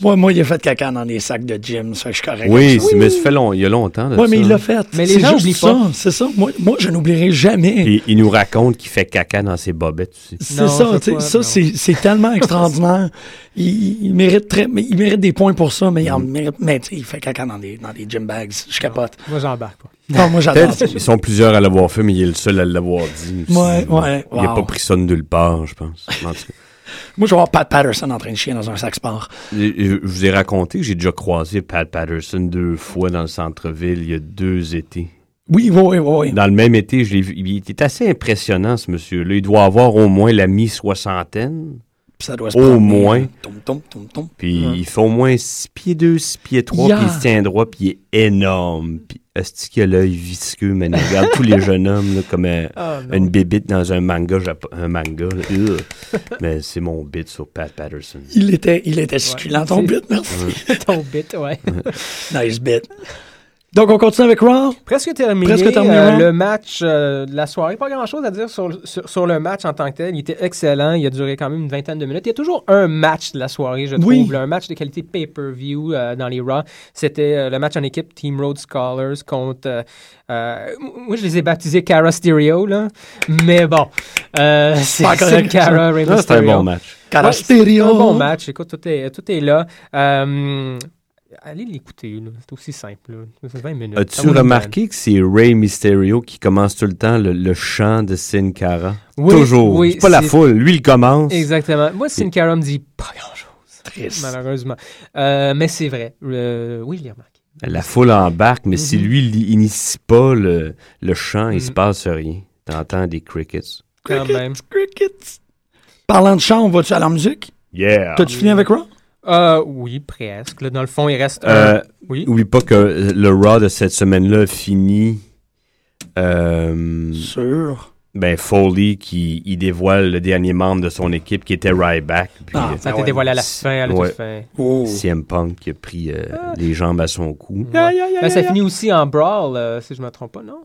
Moi, moi, il a fait caca dans des sacs de gym, ça, je suis correct.
Oui, c'est- mais ça fait long, il y a longtemps. de
Oui, mais
ça.
il l'a fait.
Mais les
C'est
gens
juste
oublient
ça.
pas.
C'est ça. Moi, moi je n'oublierai jamais.
Puis il nous raconte qu'il fait caca dans ses bobettes aussi.
C'est
Non,
ça.
je
tu sais,
vois,
ça,
non.
c'est c'est tellement extraordinaire. il, il- il mérite très, mais il mérite des points pour ça, mais il
Mm.
en mérite. Mais tu sais, il fait caca dans des, dans des gym bags. Je capote.
Moi, j'embarque pas.
Ah, Non, moi, j'adore ça.
Peut-être ils sont plusieurs à l'avoir fait, mais il est le seul à l'avoir dit. aussi.
Ouais, ouais,
Il n'a
wow.
pas pris ça de nulle part, je pense. En tout cas,
Moi, je vais voir Pat Patterson en train de chier dans un sac sport.
je je vous ai raconté que j'ai déjà croisé Pat Patterson deux fois dans le centre-ville il y a deux étés.
Oui, oui, oui, oui.
Dans le même été, je l'ai vu. Il était assez impressionnant, ce monsieur-là. Il doit avoir au moins la mi-soixantaine.
Puis Ça doit se
Au
promener.
moins.
Tom, tom, tom, tom.
Puis il fait au moins six pieds deux, six pieds trois,
Yeah.
puis il se tient droit, puis il est énorme. Puis est-ce qu'il a l'œil visqueux, mais il regarde tous les jeunes hommes là, comme un- une bébite dans un manga. japo- Un manga là. Ugh. mais c'est mon bit sur Pat Patterson.
Il était, il était succulent, ton
c'est-
bit, merci.
Ah, Ton bit, ouais.
Nice bit.
Ah,
Donc, on continue avec Raw.
Presque terminé.
Presque terminé,
euh,
hein?
le match euh, de la soirée, pas grand-chose à dire sur, sur, sur le match en tant que tel. Il était excellent. Il a duré quand même une vingtaine de minutes. Il y a toujours un match de la soirée, je trouve.
Oui.
là, un match de qualité pay-per-view euh, dans les Raw. C'était euh, le match en équipe Team Road Scholars contre... euh, euh, m- moi, je les ai baptisés Cara Stereo, là. Mais bon, euh, c'est
Pas
c'est
correct, ça.
Cara Rey
Ah, C'est un
Mysterio.
bon match.
Ouais, c'est
Carastério.
un bon match. Écoute, tout est, tout est là. Euh, allez l'écouter. là. C'est aussi simple. là. C'est 20 minutes. Ça
As-tu
vaut la
remarqué que c'est Ray Mysterio qui commence tout le temps le, le chant de Sin Cara?
peine. Oui,
Toujours.
oui,
c'est pas la
c'est-
foule. Lui, il commence.
Exactement. Moi, Sin Cara me dit pas grand-chose,
Triste.
malheureusement. Euh, mais c'est vrai. Euh, oui, je l'ai remarqué.
La foule embarque, mais si
Mhm.
lui, il initie pas le, le chant, il se
Mm.
passe rien. T'entends des crickets.
Quand même.
Crickets. Parlant de chant, on va-tu à la musique?
Yeah!
T'as-tu
Ah,
fini avec Raw?
Euh, oui, presque. là. dans le fond, il reste un.
Euh,
Oui.
Oublie pas que euh, le Raw de cette semaine-là finit. euh,
Sûr.
ben Foley qui il dévoile le dernier membre de son équipe qui était Ryback. Puis
Ah,
euh,
Ça a
Ah ouais.
été dévoilé à la fin, à la toute
Ouais.
fin. Ah.
Oh.
CM Punk qui a pris euh, les jambes à son cou.
Ouais. Ben, ça finit aussi en brawl, euh, si je me trompe pas, non?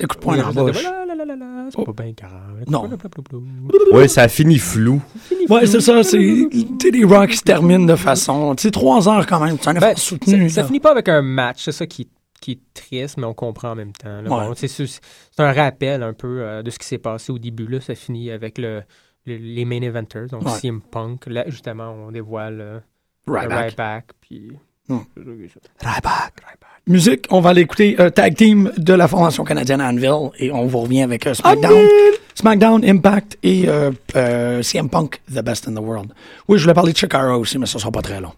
Écoute, point
Oui,
dans la
je le
bouche.
dévoile, la, la, la, la, la, C'est
Oh.
pas bien grave.
Non.
Blablabla.
Ouais, ça finit flou.
Ouais, c'est ça. C'est tu sais, les Raw qui se terminent de façon. Tu sais, trois heures quand même. C'est un effort
Ben,
soutenu.
ça, ça
là.
finit pas avec un match, c'est ça qui, qui est triste, mais on comprend en même temps. là.
Ouais.
Bon, c'est, c'est- c'est un rappel un peu euh, de ce qui s'est passé au début. Là. Ça finit avec le, le- les main eventers, donc
Ouais.
CM Punk. Là, justement, on dévoile euh, le
Ryback.
Ryback, puis...
Hmm.
Ryback. Ryback.
Musique, on va aller écouter euh, Tag Team de la formation canadienne Anvil et on vous revient avec euh, SmackDown. SmackDown, Impact et euh, euh, CM Punk, The Best in the World. Oui, je voulais parler de Chikara aussi, mais ça sera pas très long.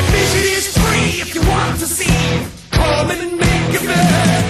Admission is free if you want to see. Come in and make a bed.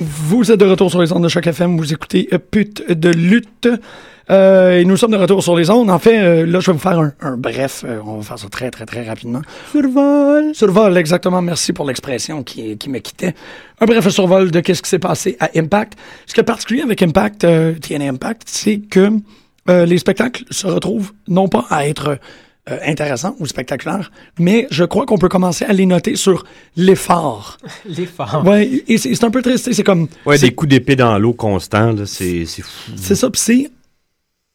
Vous êtes de retour sur les ondes de Choc FM. Vous écoutez euh, Pute de lutte. Euh, et nous sommes de retour sur les ondes. En fait, euh, là, je vais vous faire un, un bref. euh, on va faire ça très, très, très rapidement. Survol. Survol, exactement. Merci pour l'expression qui, qui me quittait. Un bref survol de qu'est-ce qui s'est passé à Impact. Ce qui est particulier avec Impact, euh, TNA Impact, c'est que euh, les spectacles se retrouvent non pas à être euh, intéressants ou spectaculaires, mais je crois qu'on peut commencer à les noter sur l'effort.
L'effort.
Ouais, et c'est c'est un peu triste. C'est comme.
Ouais,
c'est-
des coups d'épée dans l'eau constant, là, c'est c'est fou.
c'est ça, pis c'est.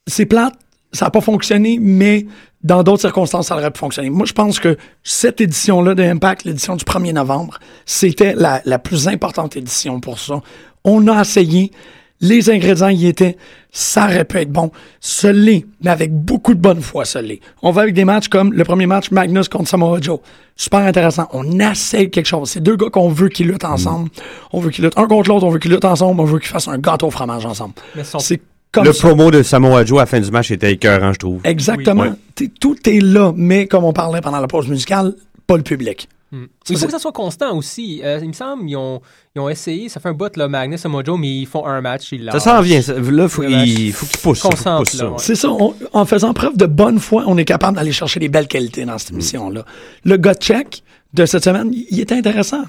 C'est plate, ça n'a pas fonctionné, mais dans d'autres circonstances, ça aurait pu fonctionner. Moi, je pense que cette édition-là de Impact, l'édition du 1er novembre, c'était la, la plus importante édition pour ça. On a essayé, les ingrédients y étaient, ça aurait pu être bon. Ce l'est, mais avec beaucoup de bonne foi, ce l'est. On va avec des matchs comme le premier match Magnus contre Samoa Joe. Super intéressant. On essaye quelque chose. C'est deux gars qu'on veut qu'ils luttent ensemble. On veut qu'ils luttent un contre l'autre, on veut qu'ils luttent ensemble, on veut qu'ils fassent un gâteau au fromage ensemble.
Mais son-
C'est comme
le
ça.
promo de Samoa Joe à la fin du match était écœurant, je trouve.
Exactement.
Oui. Ouais.
T'es- Tout est là, mais comme on parlait pendant la pause musicale, pas le public.
Il
c'est-
faut que ça soit constant aussi. Euh, il me semble ils ont, ils ont essayé, ça fait un bout, là, Magnus et Mojo, mais ils font un match, ils
Ça
lâchent.
s'en vient. ça. Là, faut,
Ouais,
il faut qu'il pousse. ça, faut qu'il
Concentre,
pousse ça.
là, ouais.
C'est ça, on- en faisant preuve de bonne foi, on est capable d'aller chercher des belles qualités dans
Mm.
cette émission-là. Le gut check de cette semaine, il était intéressant.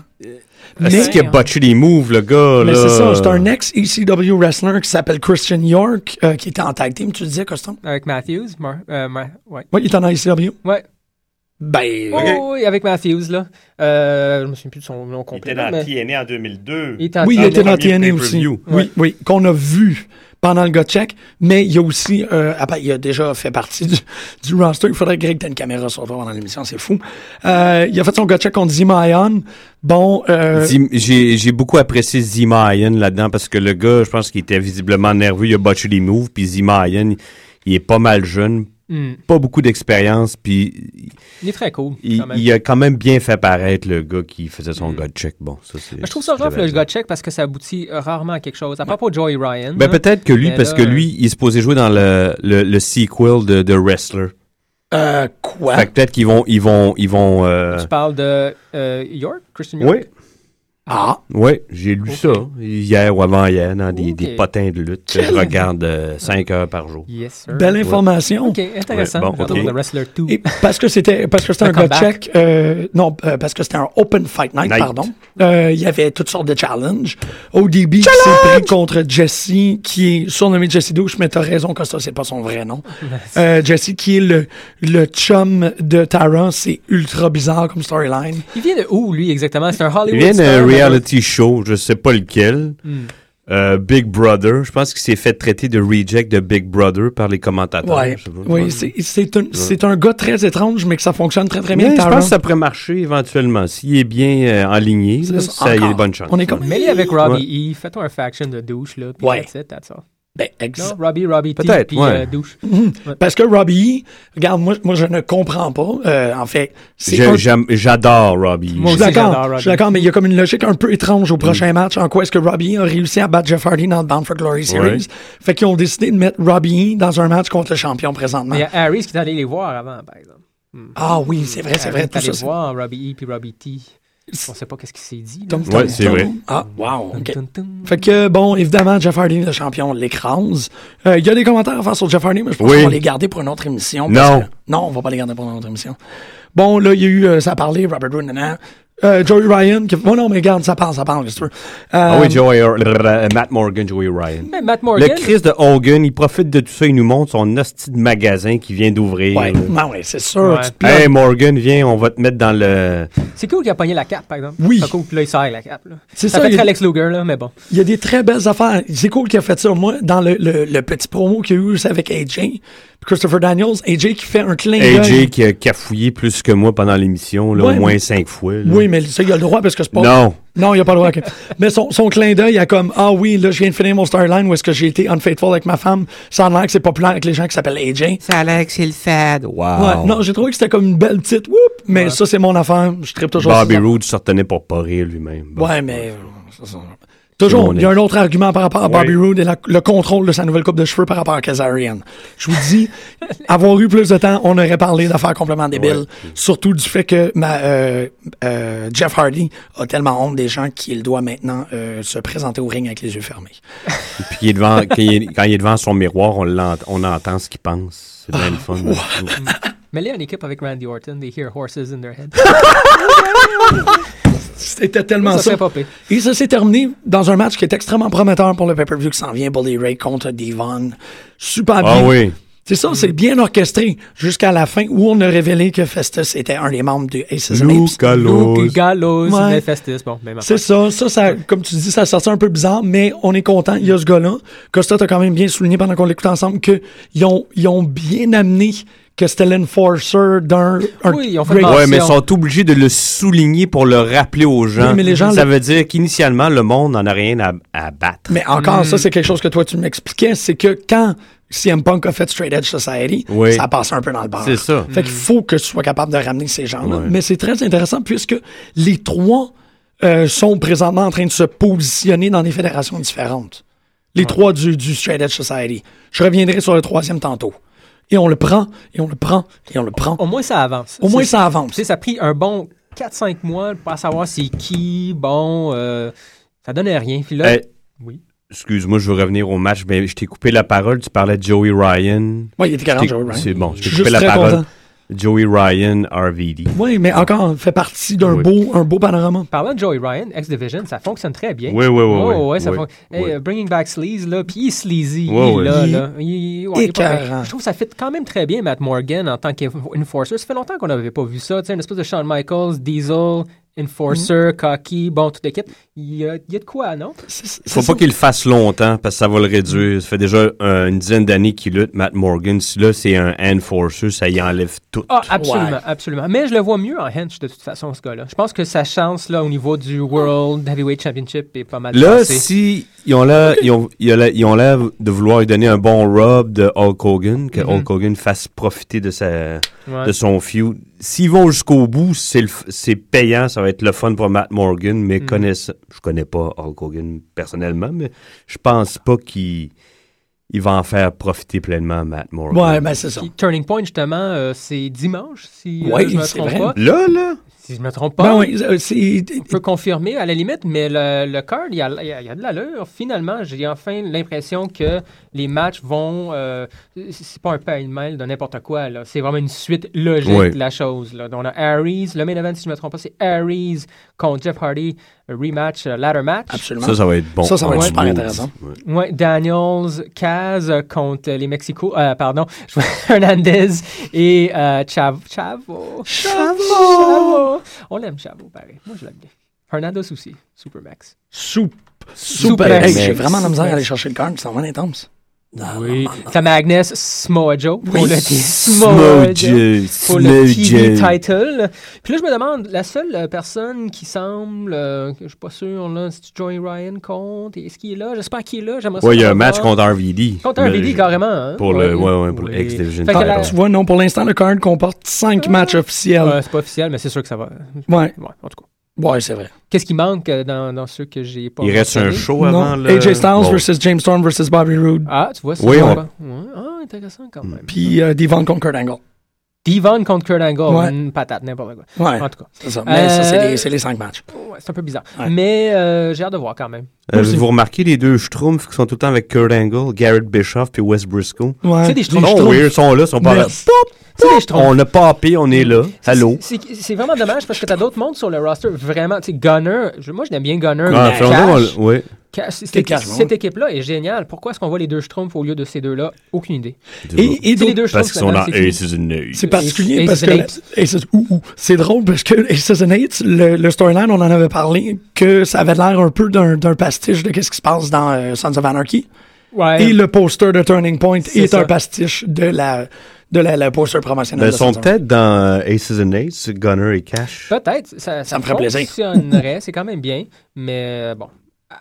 Euh, Est-ce qu'il a
hein.
botché des moves, le gars?
Mais
là?
c'est ça, c'est un ex-ECW wrestler qui s'appelle Christian York, euh, qui était en tag team, tu disais, Costum?
Avec Matthews, Mar- euh, Mar- ouais.
Oui, il était en ECW.
Ouais.
Ben,
Oh, oui, avec Matthews, là. Euh, je me souviens plus de son nom complet. mais-
TNA en 2002.
Il était en
oui, il
train de-
était dans
Ah, premier
TNA aussi.
pay-per-view.
Oui, oui, qu'on a vu pendant le gut check, mais il y a aussi, euh, après, il a déjà fait partie du, du roster. Il faudrait que Greg ait une caméra sur toi pendant l'émission, c'est fou. Euh, il a fait son gut check contre Zimayan. Bon, euh,
Zim- J'ai j'ai beaucoup apprécié Zimayan là-dedans parce que le gars, je pense qu'il était visiblement nerveux, il a botché les moves, puis Zimayan, il est pas mal jeune,
Hmm.
pas beaucoup d'expérience, puis
Il est très cool.
il,
quand même. Mm.
il a quand même bien fait paraître le gars qui faisait son gut check. Bon, ça c'est.
Mais je trouve ça
c'est
rough, le
raison.
gars check, parce que ça aboutit euh, rarement à quelque chose. À propos de Joey Ryan.
Ben
là,
peut-être que lui,
Mais
parce
là, euh,
que lui, il se posait jouer dans le, le, le sequel de, de Wrestler.
euh, quoi?
Ah.
Fait que peut-être qu'ils vont, ils vont, ils vont. euh,
Tu parles de euh, York, Christian York.
Oui,
Ah,
oui, j'ai lu ça hier ou avant-hier dans des,
Ok.
des potins de lutte que je regarde 5 heures par jour.
Yes, sir.
belle information.
Ok, intéressant.
Ouais, bon,
J'adore
ok.
le Wrestler 2.
Et parce que c'était parce que c'était
Un
un gut
comeback.
check, euh, non, euh, parce que c'était un open fight night,
Night.
pardon. Euh, Il y avait toutes sortes de challenges. ODB qui s'est pris contre Jesse, qui est surnommé Jesse Douche, mais t'as raison, Costa, c'est pas son vrai nom. Euh, Jesse, qui est le, le chum de Tara, c'est ultra bizarre comme storyline.
Il vient de où, lui, exactement? C'est un
Il
Hollywood
vient
star, Hmm.
d'un
mais-
reality show, je sais pas lequel. Euh, Big Brother, je pense qu'il s'est fait traiter de reject de Big Brother par les commentateurs.
Ouais.
je sais pas.
Oui, c'est c'est un, c'est un gars très étrange, mais que ça fonctionne très très
Mais
bien.
je
Tara.
pense que ça pourrait marcher éventuellement. S'il est bien euh, aligné,
C'est
là,
ça,
ça il y a de
encore.
bonnes chances.
On est comme-
Mêlé avec Robbie E, fais-toi un faction de douche, là. Puis
Ouais.
that's it, that's all.
Ben, ex-
Non, Robbie, Robbie T,
Peut-être,
puis
ouais.
euh, douche.
Parce que Robbie, regarde, moi, moi je ne comprends pas. Euh, en fait, c'est
Je-
un-
j'aime- J'adore Robbie.
Moi
Je
Je-
suis
aussi,
d'accord,
j'adore Robbie.
je suis d'accord, mais il y a comme une logique un peu étrange au prochain match. En quoi est-ce que Robbie a réussi à battre Jeff Hardy dans le Bound for Glory Series?
Ouais.
Fait qu'ils ont décidé de mettre Robbie dans un match contre le champion présentement.
Mais Il y a Harris qui est allé les voir avant, par exemple.
Ah oui, c'est vrai, c'est vrai. Tout
T'es
ça,
allé
c'est-
voir Robbie E puis Robbie T. On sait pas qu'est-ce qu'il s'est dit. là.
Tom, Tom,
Ouais, c'est
Tom.
vrai.
Ah, wow, ok.
Tum, tum.
Fait que, bon, évidemment, Jeff Hardy, le champion, l'écrase. Euh, Il y a des commentaires à faire sur Jeff Hardy, mais je pense
Oui.
qu'on va les garder pour une autre émission. parce
Non.
que- non, on va pas les garder pour une autre émission. Bon, là, il y a eu, euh, ça a parlé, Robert Rooney, euh, Joey Ryan, qui... Oh non, mais garde, ça parle, ça parle, qu'est-ce que tu veux. Euh,
Ah oui, Joey- euh, Matt Morgan, Joey Ryan.
Mais Matt
Le
Morgan,
Chris de Hogan, il profite de tout ça, il nous montre son hostie de magasin qui vient d'ouvrir.
Ouais, ben ouais, c'est sûr.
Ouais.
tu te plains.
Hey Morgan, viens, on va te mettre dans le.
c'est cool qu'il a pogné la cape, par exemple.
Oui.
C'est cool, puis là, il sort avec la cape. là.
C'est
Ça
ça,
fait
il-
très Lex Luger, là, mais bon.
Il y a des très belles affaires. C'est cool qu'il a fait ça. Moi, dans le, le, le petit promo qu'il y a eu c'est avec AJ, Christopher Daniels, AJ qui fait un clin d'œil.
AJ qui a cafouillé plus que moi pendant l'émission, là,
Ouais,
au moins
mais-
cinq fois. là.
Oui, mais ça, il a le droit parce que c'est pas.
Non.
Non, il a pas le droit. ok. mais son, son clin d'œil à comme Ah oui, là, je viens de finir mon storyline où est-ce que j'ai été unfaithful avec ma femme. Ça a l'air que c'est populaire avec les gens qui s'appellent AJ.
Ça a l'air que c'est le fad.
Ouais,
Wow.
non, j'ai trouvé que c'était comme une belle petite whoop, mais ça, c'est mon affaire. Je tripe toujours
Bobby
sur ça.
Roode se retenait pour pas rire lui-même. Bon.
Ouais, mais. euh, ça, ça- Toujours, il y a un autre argument par rapport à Bobby Roode et la- le contrôle de sa nouvelle coupe de cheveux par rapport à Kazarian. Je vous dis, avoir eu plus de temps, on aurait parlé d'affaires complètement débiles. Surtout du fait que ma- euh, euh, Jeff Hardy a tellement honte des gens qu'il doit maintenant euh, se présenter au ring avec les yeux fermés.
Puis qu'il est devant- quand, il est, quand il est devant son miroir, on, l'ent- on entend ce qu'il pense. C'est bien le fun.
Mais là, en équipe avec Randy Orton, they hear horses in their head.
C'était tellement
Ça
Ah, ça.
serait pas pire.
Et ça s'est terminé dans un match qui est extrêmement prometteur pour le pay-per-view qui s'en vient, Bully Ray contre Devon. Super
Ah
bien.
oui.
C'est ça,
Mm.
c'est bien orchestré jusqu'à la fin où on a révélé que Festus était un des membres du Aces and
Lou
Apes.
Gallows.
Luke Gallows,
Ouais.
mais Festus, bon, même
C'est
affaire.
ça, ça, ça, comme tu dis, ça a sorti un peu bizarre, mais on est content. Il y a ce gars-là. Costa t'a quand même bien souligné pendant qu'on l'écoute ensemble qu'ils ont, ils ont bien amené que c'était l'enforcer d'un. un
Oui, ils ont fait
great-
mal.
Ouais, mais ils
Attention.
sont obligés de le souligner pour le rappeler aux gens.
Oui, mais les gens
ça
le-
veut dire qu'initialement, le monde n'en a rien à, à battre.
Mais encore,
Mm.
ça, c'est quelque chose que toi, tu m'expliquais, c'est que quand CM Punk a fait Straight Edge Society,
Oui.
ça a passé un peu dans le bar.
Ah. C'est ça.
Fait qu'il faut que tu sois capable de ramener ces gens-là.
Ouais.
Mais c'est très intéressant puisque les trois euh, sont présentement en train de se positionner dans des fédérations différentes. Les trois du, du Straight Edge Society. Je reviendrai sur le troisième tantôt. Et on le prend, et on le prend, et on le prend.
Au moins, ça avance.
Au moins,
C'est-
ça avance.
Tu sais, ça a pris un bon 4-5 mois pour savoir c'est qui, bon, euh, ça donnait rien. Puis là,
Euh,
oui.
Excuse-moi, je veux revenir au match, mais je t'ai coupé la parole. Tu parlais de Joey Ryan.
Oui, il était 40
T'es-
jours, right?
C'est bon,
Je
je
suis
t'ai
juste
coupé la
très
parole.
content.
Joey Ryan, RVD.
Oui, mais encore, fait partie d'un
Oui.
beau, un beau panorama.
Parlant de Joey Ryan, X-Division, ça fonctionne très bien.
Oui, oui, oui,
Oh,
oui,
ouais, ça
oui,
fon- Hey,
oui.
euh, Bringing Back Sleaze, là, puis il est sleazy.
Ouais,
il est
ouais.
là,
Il est
là. Il- il- ouais, il est pas
écœurant.
mal. Je trouve que ça fit quand même très bien Matt Morgan en tant qu'enforcer. Ça fait longtemps qu'on n'avait pas vu ça. Tu sais, une espèce de Shawn Michaels, Diesel, Enforcer,
Mm-hmm.
Cocky, bon, toute l'équipe. Il y a, il y a de quoi, non?
C'est- c'est
Faut
ça.
pas qu'il le fasse longtemps parce que ça va le réduire. Ça fait déjà euh, une dizaine d'années qu'il lutte, Matt Morgan. Si là, c'est un enforcer, ça y enlève tout.
Ah, absolument, absolument. Mais je le vois mieux en hench de toute façon, ce gars-là. Je pense que sa chance, là, au niveau du World Heavyweight Championship est pas mal
Là,
passée.
si ils ont l'air, ils ont, ils ont l'air- ils ont l'air de vouloir lui donner un bon rub de Hulk Hogan, que Hulk Hogan fasse profiter de sa,
Mm-hmm. Ouais.
de son feud. S'ils vont jusqu'au bout, c'est le f- c'est payant, ça va être le fun pour Matt Morgan, mais
Mm-hmm.
connaissant- je connais pas Hulk Hogan personnellement, mais je pense pas qu'il il va en faire profiter pleinement Matt Morgan.
Ouais, ben c'est ça.
Puis Turning Point, justement, euh, c'est dimanche, si euh,
Ouais,
je me
c'est
trompe
vrai.
pas.
Là, là,
Si je me trompe pas,
Ben oui, euh, c'est.
on peut confirmer à la limite, mais le, le card, il y a, il y a- il y a de l'allure. Finalement, j'ai enfin l'impression que les matchs vont... euh, c'est pas un pêle-mêle de n'importe quoi, là. C'est vraiment une suite logique
Oui.
de la chose, là. Donc, on a Aries, le main event, si je me trompe pas, c'est Aries contre Jeff Hardy, rematch, euh, ladder match.
Absolument.
ça, ça va être bon. Oh,
Ça, ça va être
Ouais.
super intéressant.
Ouais.
Ouais, Daniels, Kaz euh, contre les Mexico, euh, pardon, je vois Hernandez et euh, Chav- Chavo. Chavo. On l'aime Chavo, pareil. Moi, je l'aime bien. Hernandez aussi, Supermax.
Soup.
Super.
Hey,
Mix.
j'ai vraiment de la misère à
Super.
aller chercher le card, c'est vraiment intense.
Oui. T'as Magnus, Samoa Joe.
Oui.
On l'a dit.
Samoa Joe,
Pour
Samoa
le TV
Joe.
title. Puis là, je me demande, la seule euh, personne qui semble, euh, que je suis pas sûr, là, c'est Joey Ryan contre. Est-ce qu'il est là? J'espère qu'il est là. J'aimerais
Ouais, il y a un
savoir.
match contre RVD.
Contre un
Mais
BD,
je-
carrément. hein?
Pour le- ouais, Ah, ouais, pour le X-Division
Fait que la-
title.
Tu vois, non, pour l'instant, le card comporte 5 matchs officiels.
Euh, c'est pas officiel, mais c'est sûr que ça va.
Ouais,
Ouais, en tout cas.
ouais, c'est vrai.
Qu'est-ce qui manque euh, dans, dans ceux que j'ai pas
Il reste un
mentionnés?
show
Non,
avant le...
AJ Styles
Bon.
versus James Storm versus Bobby Roode,
Ah, tu vois, ça.
Oui,
je
on- Hmm.
vois. Ouais. Ah, intéressant quand même.
puis euh, Devon contre Kurt Angle.
Devon contre Kurt Angle,
Ouais.
une patate, n'importe quoi.
Ouais,
En tout cas,
c'est ça. Mais ça, c'est
Euh,
les- c'est les 5 matchs.
ouais, c'est un peu bizarre.
Ouais.
Mais euh, j'ai hâte de voir quand même.
Avez-vous remarqué les deux schtroumpfs qui sont tout le temps avec Kurt Angle, Garrett Bischoff puis Wes Briscoe?
Ouais.
C'est des
Ils sont weird, ils sont là, ils sont pas là.
Merci.
Tu sais, je trompe.
On a papé, on est là. Allô?
C'est c'est vraiment dommage parce que t'as d'autres mondes sur le roster. Vraiment, tu sais, Gunner, je- moi je l'aime bien Gunner.
Ah,
mais
fait longtemps
Cash-
qu'on l'a- ouais.
Cash- cette
Cash,
cette équipe-là est géniale. Pourquoi est-ce qu'on voit les deux Schtroumpfs au lieu de ces deux-là Aucune idée.
Et, et
C'est les
d'autres-
deux
Parce
Schtroumpfs.
qu'ils sont
maintenant,
dans
c'est fini.
Aces and Aces.
C'est particulier
Aces
parce
and
que
Eights.
la- Aces- ouh, ouh, c'est drôle parce que Aces and Eights, le, le storyline, on en avait parlé que ça avait l'air un peu d'un d'un pastiche de qu'est-ce qui se passe dans euh, Sons of Anarchy.
Ouais.
Et le poster de Turning Point est,
C'est
un
ça.
pastiche de la de la, la poster promotionnel.
Ben,
de
ils sont
Sons of
peut-être dans euh, Aces and Aces, Gunner et Cash.
Peut-être. Ça,
me ferait plaisir.
fonctionnerait, c'est quand même bien. Mais euh, bon,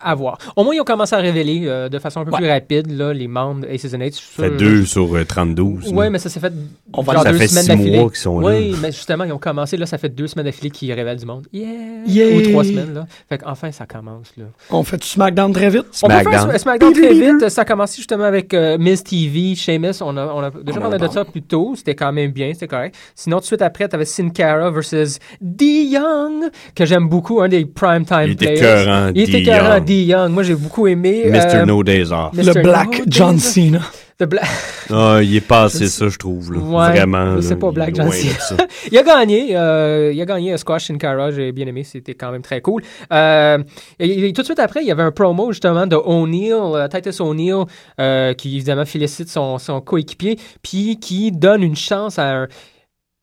À voir. Au moins, ils ont commencé à révéler euh, de façon un peu plus rapide là, les membres de Aces and Eights.
Ça fait deux sur euh, 32. ça.
Oui, mais ça s'est fait.
On va- ça fait six mois qu'ils sont là.
Oui, mais justement, ils ont commencé. Là, ça fait deux semaines d'affilée qu'ils révèlent du monde. Yeah!
Yeah!
Ou trois semaines. Là. Fait qu'enfin, ça commence. Là.
On fait du SmackDown très vite.
On peut faire un SmackDown très vite. Ça a commencé justement avec euh, Miz TV, Sheamus. On a, on a déjà
On en
parlé de
parle.
ça plus tôt. C'était quand même bien, c'était correct. Sinon, tout de suite après, t'avais Sin Cara versus Dee Young, que j'aime beaucoup, un des prime time
Il était
players.
écœurant,
Il était
Dee
écœurant,
Young.
Dee Young. Moi, j'ai beaucoup aimé.
Mr.
euh,
No Days Off.
Mr.
Le Black
No
John
Days Off.
Cena.
The Black-
Ah, il est passé ça, je trouve. là.
Ouais,
Vraiment.
c'est
là,
pas
il est
Black John
loin de
Cena.
ça.
Il a gagné, euh, il a gagné un squash in Cara, j'ai bien aimé, c'était quand même très cool. Euh, et- et tout de suite après, il y avait un promo justement de O'Neill, euh, Titus O'Neill, euh, qui évidemment félicite son, son coéquipier, puis qui donne une chance à un.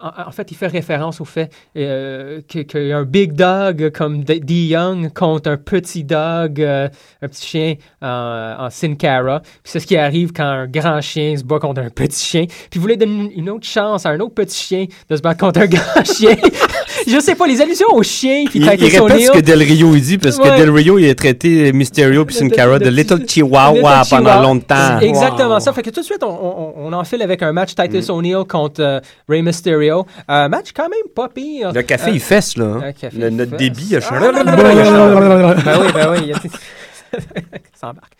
En, en fait, il fait référence au fait euh, que- qu'un big dog comme D. Dee Young compte un petit dog, euh, un petit chien en, en Sin Cara. Puis c'est ce qui arrive quand un grand chien se bat contre un petit chien. Puis vous voulez donner une- une autre chance à un autre petit chien de se battre contre un grand chien. Je sais pas, les allusions au chien, puis
Il, il
Titus
répète ce que
O'Neill.
Del Rio il dit, parce
Ouais.
que Del Rio, il a traité Mysterio puis
De-
Sin
de-
Cara
de
de,
petit-
Little
Little
Chihuahua
Chihuahua.
pendant longtemps.
C'est Exactement ça. Fait que tout de suite, on, on, on enfile avec un match
Mm.
Titus O'Neill contre euh, Rey Mysterio. Un match quand même pas pire.
Le café,
Euh,
il fesse, là. hein.
le café,
Le-
il
notre
fesse. Ah,
débit, il a changé.
Ben oui, ben oui. il y a- Ça embarque.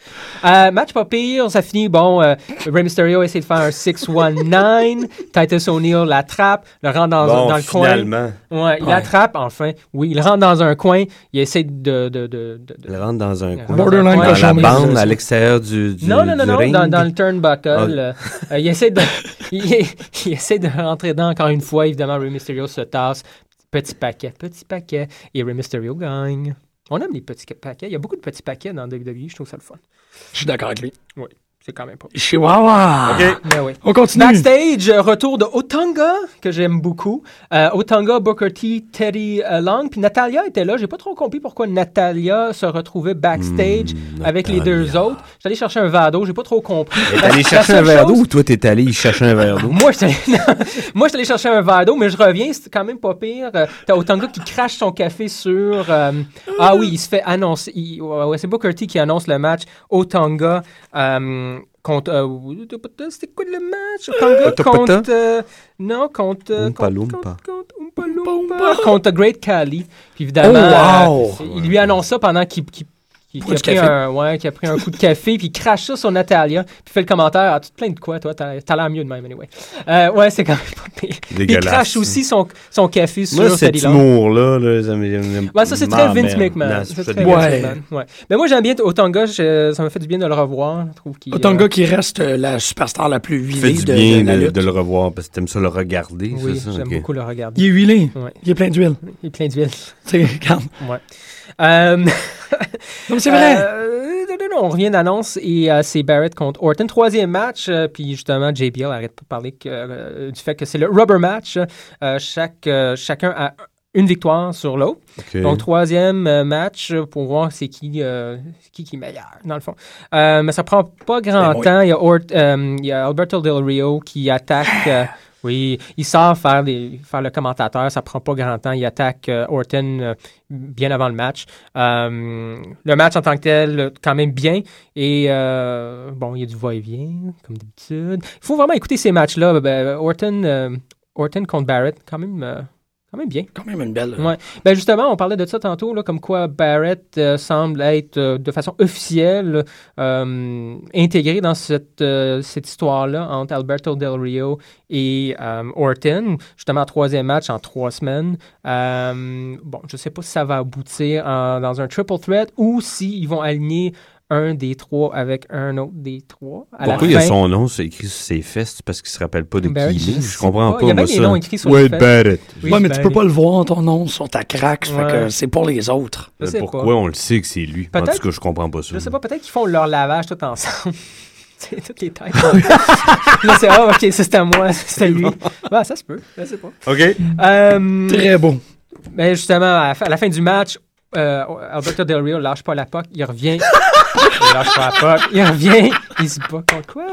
Euh, match pas pire, ça finit. Bon, euh, Rey Mysterio essaie de faire un 6-1-9. Titus O'Neill l'attrape, le rentre dans,
Bon,
dans le coin.
finalement,
Ouais, il l'attrape, enfin. Oui, il rentre dans un coin. Il essaie de. de, de, de- de-
il rentre dans un coin.
Borderline
dans
cochon
la
mise.
bande, à l'extérieur du, du,
non, non, non,
du
non,
ring.
dans, dans le turnbuckle.
Ah.
euh, euh, il, essaie de, il, il essaie de rentrer dedans encore une fois. Évidemment, Rey Mysterio se tasse. Petit paquet, petit paquet. Et Rey Mysterio gagne. On aime les petits paquets. Il y a beaucoup de petits paquets dans WWE. Je trouve ça le fun.
Je suis d'accord avec lui.
C'est quand même pas.
Chihuahua.
Mais Ben oui.
On continue.
Backstage, euh, retour de Otunga, que j'aime beaucoup. Euh, Otunga, Booker T, Teddy euh, Long, puis Natalia était là. J'ai pas trop compris pourquoi Natalia se retrouvait backstage
Hmm,
avec les deux autres. J'allais chercher un vado, j'ai pas trop compris.
T'es
La- la
allé chercher un
seule
verre
chose-
d'eau ou toi, t'es allé y chercher un verre d'eau?
moi, je suis moi, j'étais allé chercher un verre d'eau, mais je reviens, c'est quand même pas pire. Euh, T'as autant de gars qui crache son café sur. euh, ah oui, il se fait annoncer. il- ouais, ouais, c'est Booker T qui annonce le match. Otanga euh, contre. euh, C'était quoi le match? Otanga
Potapota?
contre. euh, non, contre. euh,
Oompa
contre-
Loompa.
contre- contre Oompa Loompa. Contre Great Cali. Puis évidemment,
Oh,
euh, il lui annonce ça pendant qu'il. qu'il- qu'il- qu'il a,
du
pris
café.
un, ouais, qu'il a pris un coup de café, puis il crache ça sur Natalia, puis fait le commentaire Ah, tu te plains de quoi, toi T'as t'as l'air mieux de même, anyway. Euh, ouais, c'est quand même pas pire. Puis Il
Dégueulasse.
crache aussi son, son café sur
Moi,
Teddy
cet
Long.
humour-là, là, ça me-
Ouais, ça, c'est très Vince
m'emmerde.
McMahon.
Non,
C'est
je
très
te-
Ouais.
Vince McMahon, ouais. Mais moi, j'aime bien Otonga. je- Ça me fait du bien de le revoir. Je trouve qu'il,
Autant
euh,
Ah, gars qui reste euh, la superstar la plus
fait
huilée
du
de,
bien
de la
de,
lutte.
de le revoir parce que t'aimes ça le regarder.
Oui,
c'est ça,
j'aime
ok.
beaucoup le regarder.
Il est huilé.
Ouais.
Il est plein d'huile.
Il est plein d'huile.
Tu sais, regarde.
Ouais. Euh,
Non, mais c'est vrai.
Euh, non, non, non, on revient d'annonce et euh, c'est Barrett contre Orton. Troisième match, euh, puis justement, JBL arrête pas de parler que, euh, du fait que c'est le rubber match. Euh, chaque, euh, chacun a une victoire sur l'autre.
Ok.
Donc, troisième euh, match pour voir c'est qui, euh, c'est qui qui est meilleur, dans le fond. Euh, mais ça prend pas grand temps. Il y, a Ort- euh, il y a Alberto Del Rio qui attaque. euh, oui, il sort faire, des- faire le commentateur. Ça prend pas grand temps. Il attaque euh, Orton euh, bien avant le match. Euh, le match en tant que tel, euh, quand même bien. Et euh, bon, il y a du va-et-vient, comme d'habitude. Il faut vraiment écouter ces matchs-là. Ben, Orton, euh, Orton contre Barrett, quand même, euh, quand même bien.
Quand même une belle.
Ouais. Ben justement, on parlait de ça tantôt, là, comme quoi Barrett euh, semble être euh, de façon officielle euh, intégré dans cette, euh, cette histoire-là entre Alberto Del Rio et euh, Orton, justement troisième match en trois semaines. Euh, bon, je sais pas si ça va aboutir en- dans un triple threat ou s'ils vont aligner un des trois avec un autre des trois. À la
Pourquoi il y a
fin.
son nom c'est écrit sur ses fesses C'est parce qu'il se rappelle pas de
Barrett,
qui il
je
est.
sais
Je comprends
pas.
pas.
Il y a
moi,
bien des
ça.
noms écrits sur
Wade
les fesses.
Barrett.
Oui,
Ouais, mais
ben,
tu peux pas le voir, ton nom, sur ta craque. fait
Ouais.
que C'est pour les autres.
Je sais
Pourquoi
pas.
on le sait que c'est lui En
Peut-être-
tout cas, je comprends pas ça.
Je sais pas, peut-être qu'ils font leur lavage tout ensemble. Tu sais, toutes les têtes. là, c'est ah, ok, ça, c'est à moi, ça, c'est à lui. Bah, ça se peut, je sais pas.
OK.
Euh,
Très beau.
ben, justement, à la, fin, à la fin du match, euh, Alberto Del Rio lâche pas la POC, il revient. il lâche pas la POC, il revient. Il se bat contre quoi?